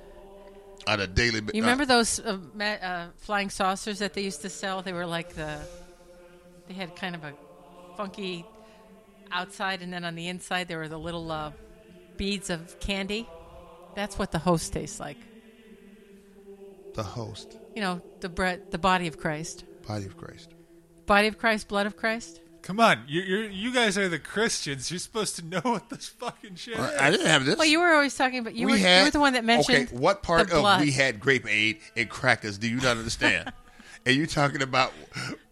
Speaker 3: on a daily. ba-
Speaker 2: you remember those uh, ma- uh, flying saucers that they used to sell? They were like the. They had kind of a funky outside, and then on the inside, there were the little uh, beads of candy. That's what the host tastes like.
Speaker 3: the host,
Speaker 2: You know, the bread, the body of Christ.
Speaker 3: body of Christ.
Speaker 2: Body of Christ, blood of Christ.
Speaker 7: Come on, you you you guys are the Christians. You're supposed to know what this fucking shit is.
Speaker 3: I didn't have this.
Speaker 2: Well, you were always talking about. You,
Speaker 3: we
Speaker 2: were,
Speaker 3: had,
Speaker 2: you were the one that mentioned.
Speaker 3: Okay, what part
Speaker 2: the
Speaker 3: of
Speaker 2: blood.
Speaker 3: we had grape aid and crackers do you not understand? and you talking about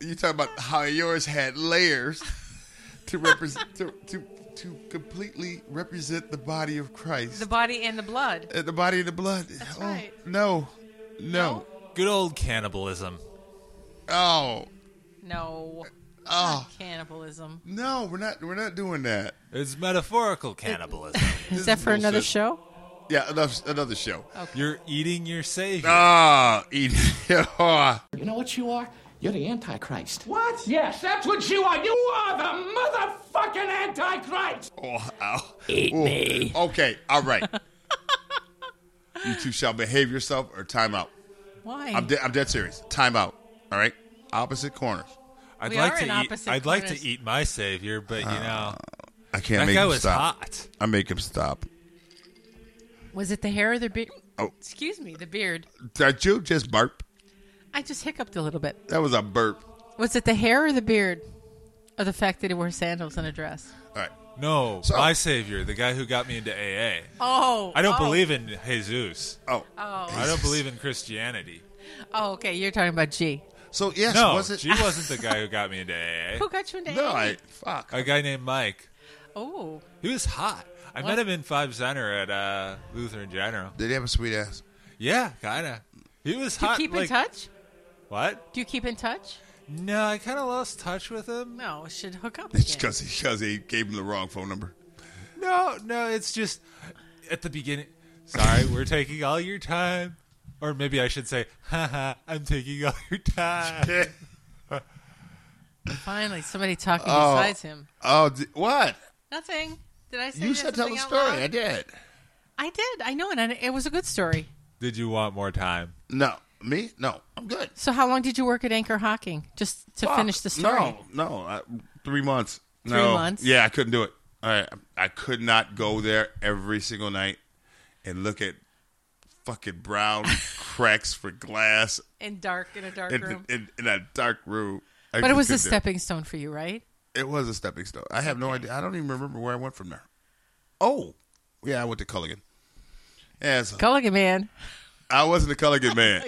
Speaker 3: you talking about how yours had layers to represent to, to to completely represent the body of Christ.
Speaker 2: The body and the blood.
Speaker 3: Uh, the body and the blood. oh,
Speaker 2: right.
Speaker 3: No, no.
Speaker 7: Good old cannibalism.
Speaker 3: Oh
Speaker 2: No.
Speaker 3: Oh.
Speaker 2: Cannibalism.
Speaker 3: no, we're not. We're not doing that.
Speaker 7: It's metaphorical cannibalism.
Speaker 2: Is that for another
Speaker 3: bullshit.
Speaker 2: show?
Speaker 3: Yeah, enough, another show.
Speaker 7: You're eating your savior.
Speaker 3: Ah, eat. Oh,
Speaker 9: You know what you are? You're the Antichrist.
Speaker 8: What? Yes, that's what you are. You are the motherfucking Antichrist.
Speaker 3: Oh, ow. Eat me. Okay, all right. you two shall behave yourself or time out.
Speaker 2: Why?
Speaker 3: I'm, de- I'm dead serious. Time out. All right? Opposite corners.
Speaker 7: I'd
Speaker 2: We
Speaker 7: like
Speaker 2: are
Speaker 7: to
Speaker 2: in
Speaker 7: eat.
Speaker 2: opposite
Speaker 7: I'd like
Speaker 2: corners.
Speaker 7: to eat my savior, but you know
Speaker 3: Uh, I can't
Speaker 7: that
Speaker 3: make
Speaker 7: guy
Speaker 3: him
Speaker 7: was
Speaker 3: stop.
Speaker 7: hot.
Speaker 3: I make him stop.
Speaker 2: Was it the hair or the beard?
Speaker 3: Oh.
Speaker 2: Excuse me, the beard.
Speaker 3: Did you just burp?
Speaker 2: I just hiccuped a little bit.
Speaker 3: That was a burp.
Speaker 2: Was it the hair or the beard? Or the fact that he wore sandals and a dress?
Speaker 3: All right.
Speaker 7: No,
Speaker 3: So-
Speaker 7: my savior, the guy who got me into AA.
Speaker 2: Oh.
Speaker 7: I don't believe in Jesus.
Speaker 3: Oh.
Speaker 2: Oh.
Speaker 7: I don't believe in Christianity.
Speaker 2: Oh, okay. You're talking about G.
Speaker 3: So, yes,
Speaker 7: No,
Speaker 3: was it?
Speaker 7: she wasn't the guy who got me into AA.
Speaker 2: Who got you into
Speaker 3: No,
Speaker 2: AA?
Speaker 3: I, fuck.
Speaker 7: A guy named Mike.
Speaker 2: Oh.
Speaker 7: He was hot. I met him in Five Center at uh, Lutheran General.
Speaker 3: Did he have a sweet ass?
Speaker 7: Yeah, kinda. He was
Speaker 2: Do you
Speaker 7: hot.
Speaker 2: keep in
Speaker 7: like-
Speaker 2: touch?
Speaker 7: What?
Speaker 2: Do you keep in touch?
Speaker 7: No, I kind of lost touch with him.
Speaker 2: No, we should hook up.
Speaker 3: It's
Speaker 2: again.
Speaker 3: because because he gave him the wrong phone number.
Speaker 7: No, no, it's just at the beginning. Sorry, we're taking all your time. Or maybe I should say, haha, I'm taking all your time.
Speaker 2: Finally, somebody talking
Speaker 3: Oh.
Speaker 2: besides him.
Speaker 3: Oh, d- what?
Speaker 2: Nothing. Did I say
Speaker 3: You said tell
Speaker 2: something
Speaker 3: the
Speaker 2: out
Speaker 3: story.
Speaker 2: loud?
Speaker 3: I did.
Speaker 2: I did. I know, and I- it was a good story.
Speaker 7: Did you want more time?
Speaker 3: No, me? No, I'm good.
Speaker 2: So, how long did you work at Anchor Hocking? Just to
Speaker 3: Fuck.
Speaker 2: finish the story.
Speaker 3: No, no, I, three months.
Speaker 2: Three
Speaker 3: No.
Speaker 2: months?
Speaker 3: Yeah, I couldn't do it. I I could not go there every single night and look at fucking brown cracks for glass
Speaker 2: In dark, in a dark
Speaker 3: in,
Speaker 2: room.
Speaker 3: in, in a dark room. I
Speaker 2: but it
Speaker 3: just
Speaker 2: was a
Speaker 3: couldn't do
Speaker 2: stepping stone for you, right?
Speaker 3: It. It was a stepping stone. I have no idea. I don't even remember where I went from there. Oh, yeah, I went to Culligan. Yeah, so
Speaker 2: Culligan man.
Speaker 3: I wasn't a Culligan man.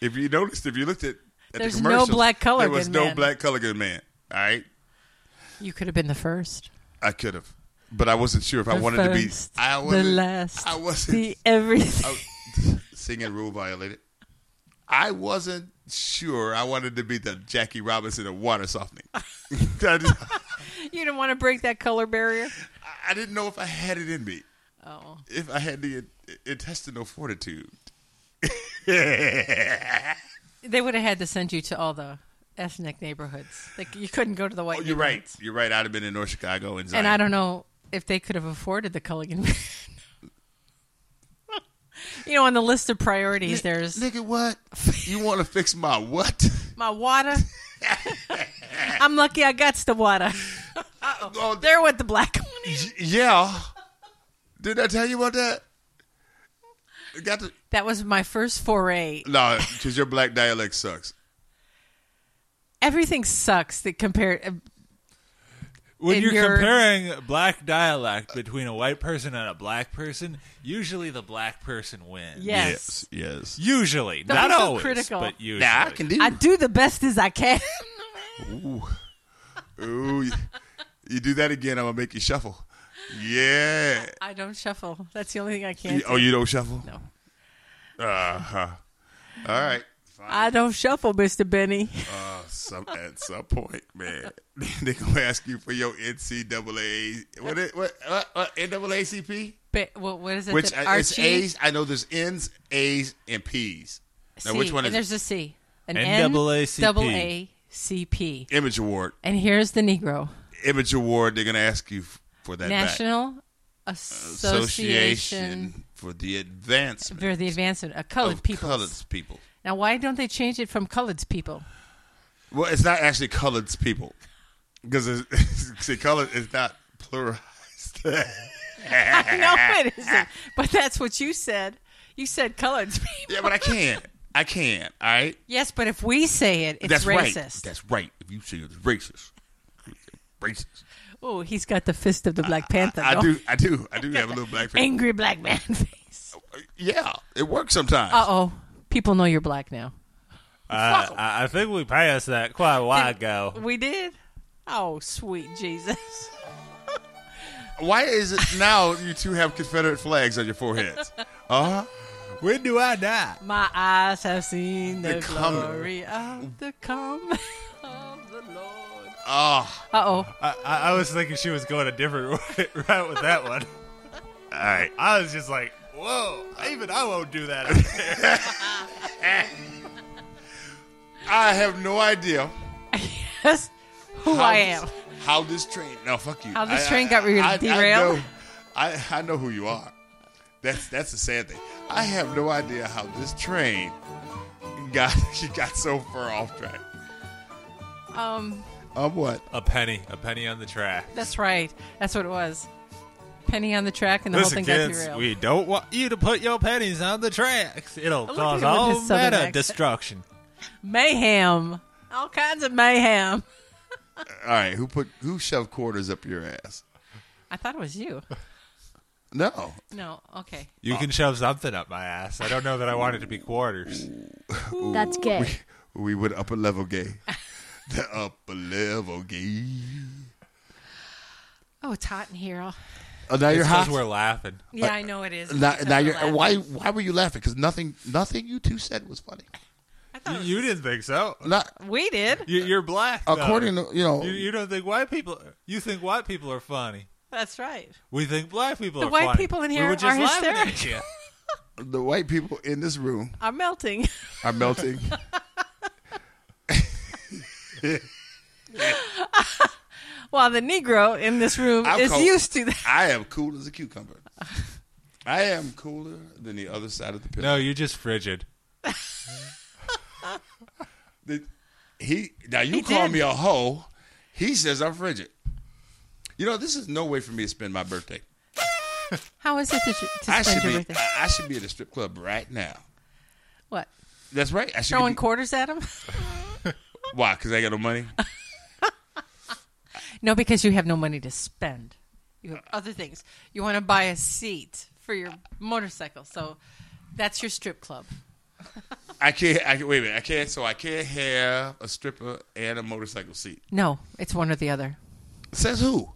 Speaker 3: if you noticed, if you looked at, at
Speaker 2: There's
Speaker 3: the
Speaker 2: no
Speaker 3: commercials,
Speaker 2: black
Speaker 3: There was
Speaker 2: Culligan
Speaker 3: no
Speaker 2: man.
Speaker 3: black Culligan man. All right.
Speaker 2: You could have been the first.
Speaker 3: I could have, but I wasn't sure if I
Speaker 2: The
Speaker 3: wanted to be.
Speaker 2: first,
Speaker 3: I
Speaker 2: the
Speaker 3: wasn't,
Speaker 2: last,
Speaker 3: I wasn't
Speaker 2: The everything.
Speaker 3: I- singing rule violated. I wasn't sure I wanted to be the Jackie Robinson of water softening. I, just-
Speaker 2: you didn't want to break that color barrier.
Speaker 3: I didn't know if I had it in me,
Speaker 2: Oh,
Speaker 3: if I had the intestinal fortitude.
Speaker 2: they would have had to send you to all the ethnic neighborhoods. Like you couldn't go to the white.
Speaker 3: Oh, you're right.
Speaker 2: neighborhoods.
Speaker 3: You're right. I'd have been in North Chicago and Zion.
Speaker 2: And I don't know if they could have afforded the Culligan man. you know, on the list of priorities, there's
Speaker 3: Nigga, what? You want to fix my what?
Speaker 2: my water. I'm lucky I got the water.
Speaker 3: Oh,
Speaker 2: There with the black one.
Speaker 3: y- yeah. Did I tell you about that? Got the
Speaker 2: That was my first foray.
Speaker 3: No, because your black dialect sucks.
Speaker 2: Everything sucks that compared.
Speaker 7: When
Speaker 2: In
Speaker 7: you're
Speaker 2: your-
Speaker 7: comparing black dialect between a white person and a black person, usually the black person wins.
Speaker 2: Yes.
Speaker 3: yes.
Speaker 7: Usually.
Speaker 2: Don't
Speaker 7: not
Speaker 2: be so
Speaker 7: always,
Speaker 2: critical.
Speaker 7: but usually.
Speaker 3: Now I can do.
Speaker 2: I do the best as I can.
Speaker 3: Ooh, you, you do that again, I'm gonna make you shuffle. Yeah.
Speaker 2: I don't shuffle. That's the only thing I can.
Speaker 3: You-
Speaker 2: do.
Speaker 3: oh, you don't shuffle?
Speaker 2: No.
Speaker 3: Uh huh. All right.
Speaker 2: I don't shuffle, Mister Benny.
Speaker 3: Some at some point, man, they gonna ask you for your NCAA. What? Is, what? Uh, uh, NAACP?
Speaker 2: Ba- what, what is it?
Speaker 3: Which
Speaker 2: that
Speaker 3: uh, it's
Speaker 2: Archie?
Speaker 3: A's. I know there's N's, A's, and P's. Now,
Speaker 2: C,
Speaker 3: which one
Speaker 2: and
Speaker 3: is
Speaker 2: there's a C. An
Speaker 7: NAACP.
Speaker 2: NAACP.
Speaker 3: Image Award?
Speaker 2: And here's the Negro
Speaker 3: Image Award. They're gonna ask you f- for that back.
Speaker 2: National Association
Speaker 3: Uh, Association for the Advancement
Speaker 2: for the Advancement of Colored
Speaker 3: of
Speaker 2: People.
Speaker 3: Colored People.
Speaker 2: Now, why don't they change it from Colored People?
Speaker 3: Well, it's not actually Colored People because it's, see, colored is not pluralized.
Speaker 2: no, it isn't. But that's what you said. You said Colored People.
Speaker 3: yeah, but I can. I can. All right.
Speaker 2: Yes, but if we say it, it's
Speaker 3: That's right.
Speaker 2: racist.
Speaker 3: That's right. If you say it's racist, racist.
Speaker 2: Oh, he's got the fist of the Black Panther.
Speaker 3: I
Speaker 2: though.
Speaker 3: do. I do. I do have a little black face.
Speaker 2: Angry black man face.
Speaker 3: Yeah, it works sometimes.
Speaker 2: Uh oh. People know you're black now.
Speaker 7: Uh, I I think we passed that quite a while ago.
Speaker 2: We did? Oh, sweet Jesus.
Speaker 3: Why is it now you two have Confederate flags on your foreheads? Uh huh.
Speaker 7: When do I die?
Speaker 2: My eyes have seen the,
Speaker 3: The coming.
Speaker 2: glory of the come of the Lord.
Speaker 3: Oh.
Speaker 2: Uh oh.
Speaker 7: I, I I was thinking she was going a different route with that one.
Speaker 3: All right.
Speaker 7: I was just like, whoa, even I won't do that. out there.
Speaker 3: I have no idea.
Speaker 2: That's who
Speaker 3: how
Speaker 2: I
Speaker 3: this-
Speaker 2: am.
Speaker 3: How this train? No, fuck you.
Speaker 2: How this
Speaker 3: I-
Speaker 2: train
Speaker 3: I-
Speaker 2: got re-
Speaker 3: I- I
Speaker 2: derailed?
Speaker 3: know- I, I, know who you are. That's that's the sad thing. I have no idea how this train got she got so far off track.
Speaker 2: Um,
Speaker 3: Of what?
Speaker 7: a penny, a penny on the track.
Speaker 2: that's right. That's what it was. Penny on the track and the
Speaker 7: Listen,
Speaker 2: whole thing got
Speaker 7: kids,
Speaker 2: derailed.
Speaker 7: we don't want you to put your pennies on the tracks. It'll
Speaker 2: look
Speaker 7: cause
Speaker 2: at him with
Speaker 7: all
Speaker 2: his southern
Speaker 7: manner of
Speaker 2: accent.
Speaker 7: destruction.
Speaker 2: Mayhem. All kinds of mayhem.
Speaker 3: All right. Who put who shoved quarters up your ass?
Speaker 2: I thought it was you.
Speaker 3: No.
Speaker 2: No, okay.
Speaker 7: You can shove something up my ass. I don't know that I want it to be quarters.
Speaker 10: That's
Speaker 2: Eh.
Speaker 10: gay.
Speaker 3: We went upper level gay. the upper level gay.
Speaker 2: Oh, it's hot in here. I'll-
Speaker 3: Oh, now you're
Speaker 7: It's 'cause
Speaker 3: hot.
Speaker 7: we're laughing.
Speaker 3: Yeah,
Speaker 2: Yeah,
Speaker 3: I
Speaker 2: I know it is.
Speaker 3: Now, now you're why? Why were you laughing? Because nothing, nothing you two said was funny.
Speaker 2: Oh.
Speaker 7: You, you didn't think so.
Speaker 3: Not
Speaker 2: We did.
Speaker 7: You, you're black. though.
Speaker 3: according to you know.
Speaker 7: you, you don't think white people. You think white people are funny.
Speaker 2: That's right.
Speaker 7: We think black people
Speaker 2: The
Speaker 7: are
Speaker 2: white
Speaker 7: funny.
Speaker 2: people in
Speaker 7: We
Speaker 2: here
Speaker 7: were just
Speaker 2: are
Speaker 7: laughing at
Speaker 2: hysterical.
Speaker 7: you.
Speaker 3: the white people in this room
Speaker 2: I'm melting.
Speaker 3: are melting.
Speaker 2: While the Negro in this room
Speaker 3: I'm
Speaker 2: is
Speaker 3: cold.
Speaker 2: used to that.
Speaker 3: I am cool as a cucumber. I am cooler than the other side of the pillow.
Speaker 7: No, you're just frigid.
Speaker 3: The- he now you
Speaker 2: He
Speaker 3: call
Speaker 2: did.
Speaker 3: me a hoe. He says I'm frigid. You know, this is no way for me to spend my birthday.
Speaker 2: How is it that you, to
Speaker 3: I
Speaker 2: spend
Speaker 3: should
Speaker 2: your
Speaker 3: be
Speaker 2: birthday?
Speaker 3: I, I should be at a strip club right now.
Speaker 2: What?
Speaker 3: That's right. I should
Speaker 2: Throwing
Speaker 3: be,
Speaker 2: quarters at him?
Speaker 3: Why? Because I got no money.
Speaker 2: No, because you have no money to spend. You have other things. You want to buy a seat for your motorcycle, so that's your strip club.
Speaker 3: I can't. I can, wait a minute. I can't. So I can't have a stripper and a motorcycle seat.
Speaker 2: No, it's one or the other.
Speaker 3: Says who?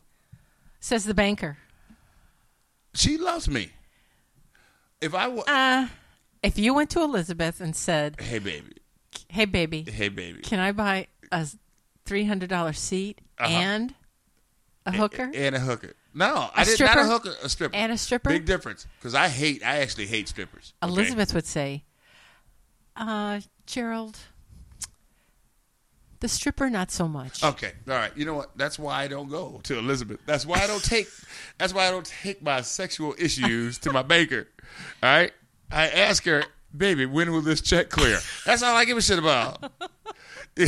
Speaker 2: Says the banker.
Speaker 3: She loves me. If I wa
Speaker 2: Uh, if you went to Elizabeth and said,
Speaker 3: hey baby,
Speaker 2: "Hey, baby,
Speaker 3: hey baby,
Speaker 2: can I buy a three hundred dollar seat
Speaker 3: Uh-huh.
Speaker 2: and a hooker?"
Speaker 3: and a hooker. No, I did not
Speaker 2: stripper?
Speaker 3: a hooker, a stripper,
Speaker 2: And a stripper?
Speaker 3: Big difference. Because I hate. I actually hate strippers. okay?
Speaker 2: Elizabeth would say, uh, "Gerald, the stripper, not so much."
Speaker 3: Okay, all right. You know what? That's why I don't go to Elizabeth. That's why I don't take. that's why I don't take my sexual issues to my banker. All right. I ask her, baby, when will this check clear? That's all I give a shit about.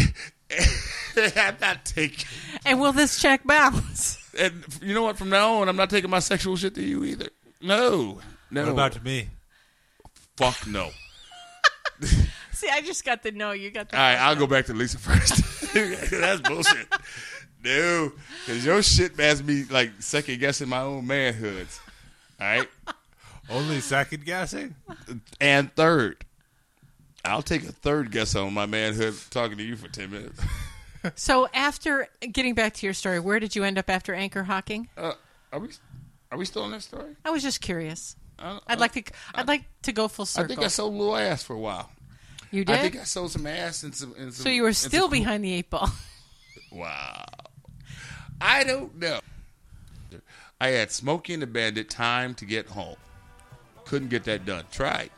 Speaker 3: I'm not taking.
Speaker 2: And will this check bounce?
Speaker 3: And you know what? From now on, I'm not taking my sexual shit to you either. No. No.
Speaker 7: What about me?
Speaker 3: fuck no. All
Speaker 2: See, I just got the no. You got the
Speaker 3: right, I'll go back to Lisa first. That's bullshit. No, because your shit has me like second guessing my own manhood. All right.
Speaker 7: Only second guessing.
Speaker 3: and third. I'll take a third guess on my manhood talking to you for 10 minutes.
Speaker 2: So after getting back to your story, where did you end up after anchor hocking?
Speaker 3: Uh, are we are we still on that story?
Speaker 2: I was just curious.
Speaker 3: I,
Speaker 2: I'd like to. I'd like to go full
Speaker 3: I
Speaker 2: circle.
Speaker 3: think I sold a little ass for a while.
Speaker 2: you did.
Speaker 3: I think I sold some ass and some. And some
Speaker 2: so you were
Speaker 3: and some
Speaker 2: still
Speaker 3: cool-
Speaker 2: behind the eight ball.
Speaker 3: Wow. I don't know. I had Smokey and the Bandit time to get home. Couldn't get that done. Tried.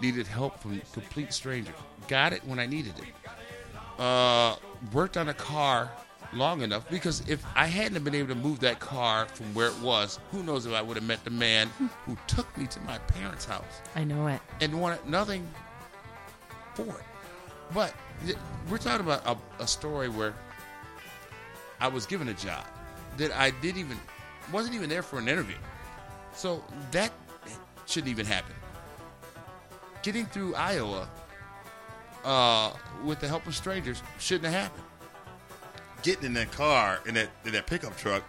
Speaker 3: Needed help from complete strangers. Got it when I needed it. Uh, worked on a car long enough because if I hadn't have been able to move that car from where it was, who knows if I would have met the man who took me to my parents' house
Speaker 2: I know it.
Speaker 3: and wanted nothing for it. But th- we're talking about a, a story where I was given a job that I didn't even wasn't even there for an interview. So that shouldn't even happen. Getting through Iowa uh, with the help of strangers shouldn't have happened. Getting in that car in that in that pickup truck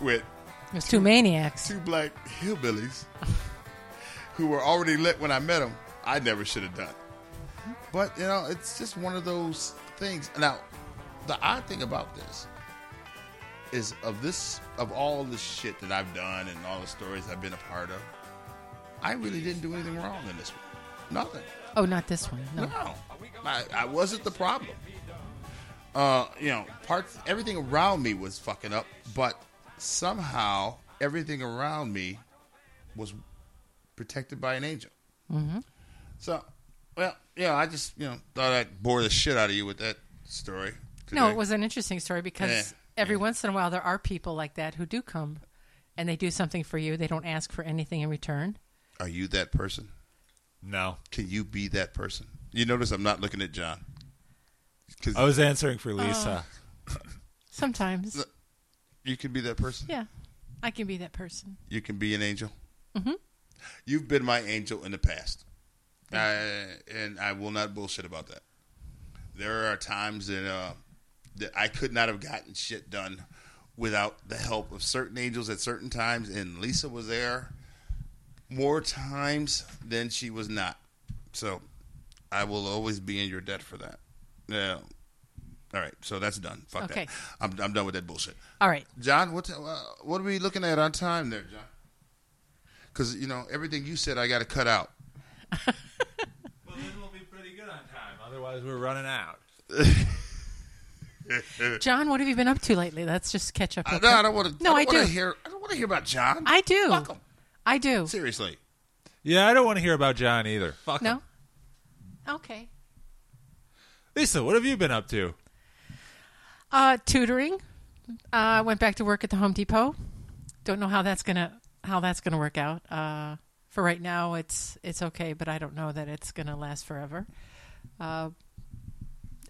Speaker 3: with
Speaker 2: It was two maniacs.
Speaker 3: two black hillbillies who were already lit when I met them, I never should have done. But you know, it's just one of those things. Now, the odd thing about this is of this of all the shit that I've done and all the stories I've been a part of, I really didn't do anything wrong in this one. Nothing.
Speaker 2: Oh, not this one. No.
Speaker 3: No, I, I wasn't the problem. Uh, you know, parts everything around me was fucking up, but somehow everything around me was protected by an angel. Mm-hmm. So, well, yeah, I just you know thought I'd bore the shit out of you with that story.
Speaker 2: No,
Speaker 3: today.
Speaker 2: it was an interesting story because
Speaker 3: Yeah.
Speaker 2: every once in a while there are people like that who do come and they do something for you. They don't ask for anything in return.
Speaker 3: Are you that person?
Speaker 7: No,
Speaker 3: Can you be that person? You notice I'm not looking at John. 'Cause
Speaker 7: I was answering for Lisa.
Speaker 2: Oh. Sometimes.
Speaker 3: you can be that person.
Speaker 2: Yeah. I can be that person.
Speaker 3: you can be an angel. You've been my angel in the past, I, and I will not bullshit about that. There are times that uh, that I could not have gotten shit done without the help of certain angels at certain times, and Lisa was there more times than she was not. So I will always be in your debt for that. Yeah, All right, so that's done. Fuck
Speaker 2: Okay.
Speaker 3: that. I'm, I'm done with that bullshit.
Speaker 2: All right.
Speaker 3: John, what uh, what are we looking at on time there, John? Because you know everything you said, I got to cut out.
Speaker 7: Well, then we'll be pretty good on time. Otherwise, we're running out.
Speaker 2: John, what have you been up to lately? Let's just catch up.
Speaker 3: I,
Speaker 2: real
Speaker 3: no,
Speaker 2: quick.
Speaker 3: I don't want to.
Speaker 2: No,
Speaker 3: I,
Speaker 2: I
Speaker 3: don't wanna
Speaker 2: do.
Speaker 3: Hear, I don't want to hear about John.
Speaker 2: I do.
Speaker 3: Fuck him.
Speaker 2: I do.
Speaker 3: Seriously.
Speaker 7: Yeah, I don't want to hear about John either. Fuck him.
Speaker 2: No. Okay.
Speaker 7: Lisa, what have you been up to?
Speaker 2: Uh, tutoring. Uh, I went back to work at the Home Depot. Don't know how that's gonna how that's gonna work out. Uh, for right now, it's it's okay, but I don't know that it's gonna last forever. Uh,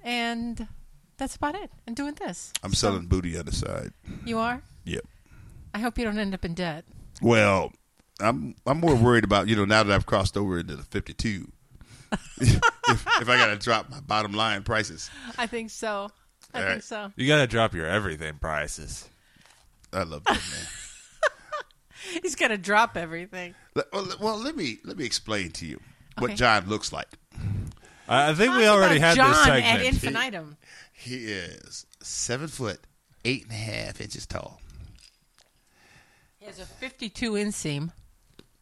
Speaker 2: and that's about it. And doing this,
Speaker 3: I'm selling booty on the side.
Speaker 2: you are.
Speaker 3: Yep.
Speaker 2: I hope you don't end up in debt.
Speaker 3: Well, I'm I'm more worried about you know now that I've crossed over into the 52. if, if I got to drop my bottom line prices,
Speaker 2: I think so. I
Speaker 3: All
Speaker 2: think
Speaker 3: right.
Speaker 2: so.
Speaker 7: You gotta drop your everything prices.
Speaker 3: I love that man.
Speaker 2: He's gonna drop everything.
Speaker 3: Le- well, le- well, let me let me explain to you what
Speaker 2: Okay.
Speaker 3: John looks like.
Speaker 7: I, I think we
Speaker 2: Talk
Speaker 7: already
Speaker 2: about
Speaker 7: had
Speaker 2: John
Speaker 7: this
Speaker 2: ad
Speaker 7: segment.
Speaker 2: infinitum.
Speaker 3: He is seven foot, eight and a half inches tall,
Speaker 2: He has a 52 inseam.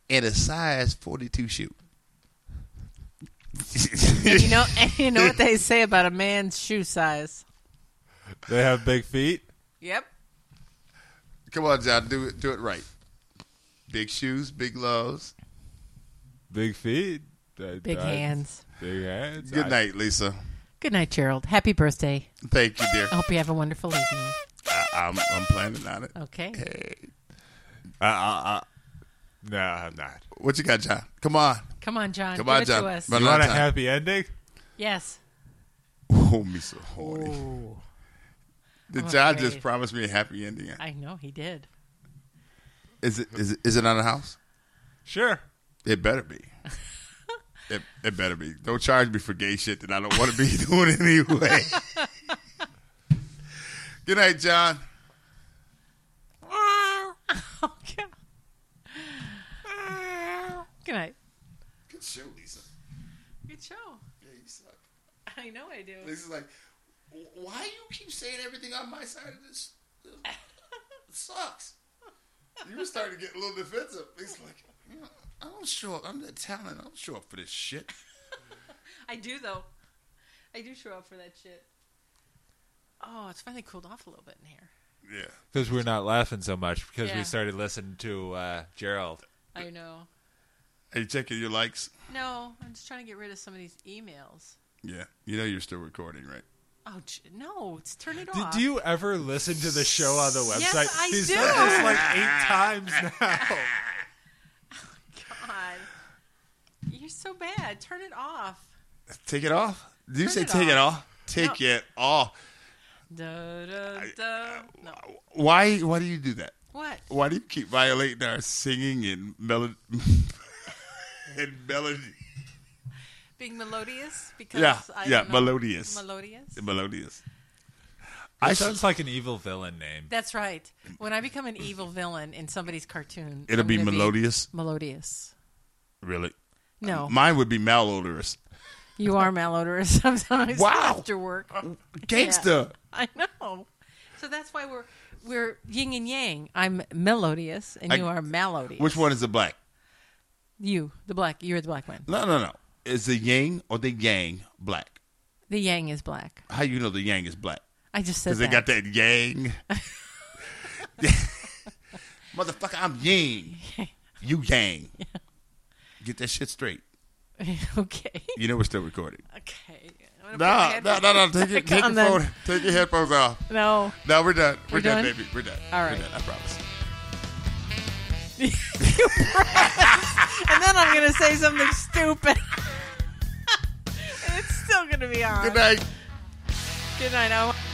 Speaker 3: and a size 42 shoe.
Speaker 2: You know, and you know what they say about a man's shoe size.
Speaker 7: they have big feet.
Speaker 2: Yep.
Speaker 3: Come on, John, do it do it right. Big shoes, big gloves.
Speaker 7: Big feet. I-
Speaker 2: Big
Speaker 7: I-
Speaker 2: hands.
Speaker 7: Big hands.
Speaker 3: Good
Speaker 7: I-
Speaker 3: night, Lisa.
Speaker 2: Good night, Gerald. Happy birthday.
Speaker 3: Thank you, dear.
Speaker 2: I hope you have a wonderful evening.
Speaker 3: I, I'm I'm planning on it.
Speaker 2: Okay.
Speaker 7: I- I- I- no, I'm not.
Speaker 3: What you got, John? Come on.
Speaker 2: Come on, John.
Speaker 3: Come
Speaker 2: Give
Speaker 3: on,
Speaker 2: it
Speaker 3: John.
Speaker 2: to us.
Speaker 3: Run
Speaker 7: You want a
Speaker 3: time.
Speaker 7: happy ending?
Speaker 2: Yes.
Speaker 3: Oh, me so horny. Oh, Did
Speaker 2: I'm
Speaker 3: John just
Speaker 2: afraid.
Speaker 3: promise me a happy ending?
Speaker 2: I know he did.
Speaker 3: Is it is it is it on the house?
Speaker 7: Sure.
Speaker 3: It better be. it, it better be. Don't charge me for gay shit that I don't want to be doing anyway. Good night, John.
Speaker 2: Oh, Okay. Good night.
Speaker 3: Good show, Lisa.
Speaker 2: Good show.
Speaker 3: Yeah, you suck.
Speaker 2: I know I do.
Speaker 3: Lisa's like, why you keep saying everything on my side of this? It sucks. You were starting to get a little defensive. He's like, you know, I don't show up. I'm Italian. I don't show up for this shit.
Speaker 2: I do though. I do show up for that shit. Oh, it's finally cooled off a little bit in here.
Speaker 3: Yeah.
Speaker 7: Because we're not laughing so much because
Speaker 2: Yeah.
Speaker 7: we started listening to uh, Gerald.
Speaker 2: I know.
Speaker 3: Are you checking your likes?
Speaker 2: No, I'm just trying to get rid of some of these emails.
Speaker 3: Yeah. You know you're still recording, right?
Speaker 2: Oh j- no! It's turn it
Speaker 7: Did
Speaker 2: off.
Speaker 7: you ever listen to the show on the website?
Speaker 2: Yes, I
Speaker 7: He's
Speaker 2: do.
Speaker 7: done this like eight times now.
Speaker 2: God, you're so bad. Turn it off.
Speaker 3: Take it off? Did you
Speaker 2: Turn
Speaker 3: say
Speaker 2: it
Speaker 3: take it off? Take it off.
Speaker 2: Da, da,
Speaker 3: uh,
Speaker 2: da. No.
Speaker 3: Why why do you do that?
Speaker 2: What?
Speaker 3: Why do you keep violating our singing and melody and melody?
Speaker 2: Being melodious? Because
Speaker 3: Yeah,
Speaker 2: I
Speaker 3: yeah,
Speaker 2: don't know.
Speaker 3: melodious.
Speaker 2: Melodious.
Speaker 3: Melodious.
Speaker 7: I sounds like an evil villain name.
Speaker 2: That's right. When I become an evil villain in somebody's cartoon,
Speaker 3: It'll
Speaker 2: I'm
Speaker 3: be
Speaker 2: gonna
Speaker 3: melodious. Uh,
Speaker 2: melodious.
Speaker 3: Really?
Speaker 2: No,
Speaker 3: Mine would be malodorous.
Speaker 2: you are malodorous sometimes
Speaker 3: Wow.
Speaker 2: after work.
Speaker 3: Gangsta.
Speaker 2: I know. So that's why we're we're yin and yang. I'm melodious, and
Speaker 3: I-
Speaker 2: you are malodious.
Speaker 3: Which one is the black?
Speaker 2: You, the black. You're the black one.
Speaker 3: No, no, no. Is the yang or the yang black?
Speaker 2: The yang is black.
Speaker 3: How you know the yang is black?
Speaker 2: I just said
Speaker 3: Because
Speaker 2: that.
Speaker 3: they got that yang. Motherfucker, I'm yang. You yang. Get that shit straight.
Speaker 2: okay.
Speaker 3: You know we're still recording.
Speaker 2: Okay.
Speaker 3: No, no, no, no. Take, your, take your phone. Take your headphones off.
Speaker 2: No.
Speaker 3: No, we're done. We're,
Speaker 2: We're
Speaker 3: done,
Speaker 2: done?
Speaker 3: baby. We're done.
Speaker 2: All
Speaker 3: We're
Speaker 2: right.
Speaker 3: done. I promise.
Speaker 2: And then I'm going to say something stupid. and it's still going to be on.
Speaker 3: Good night.
Speaker 2: Good night. I-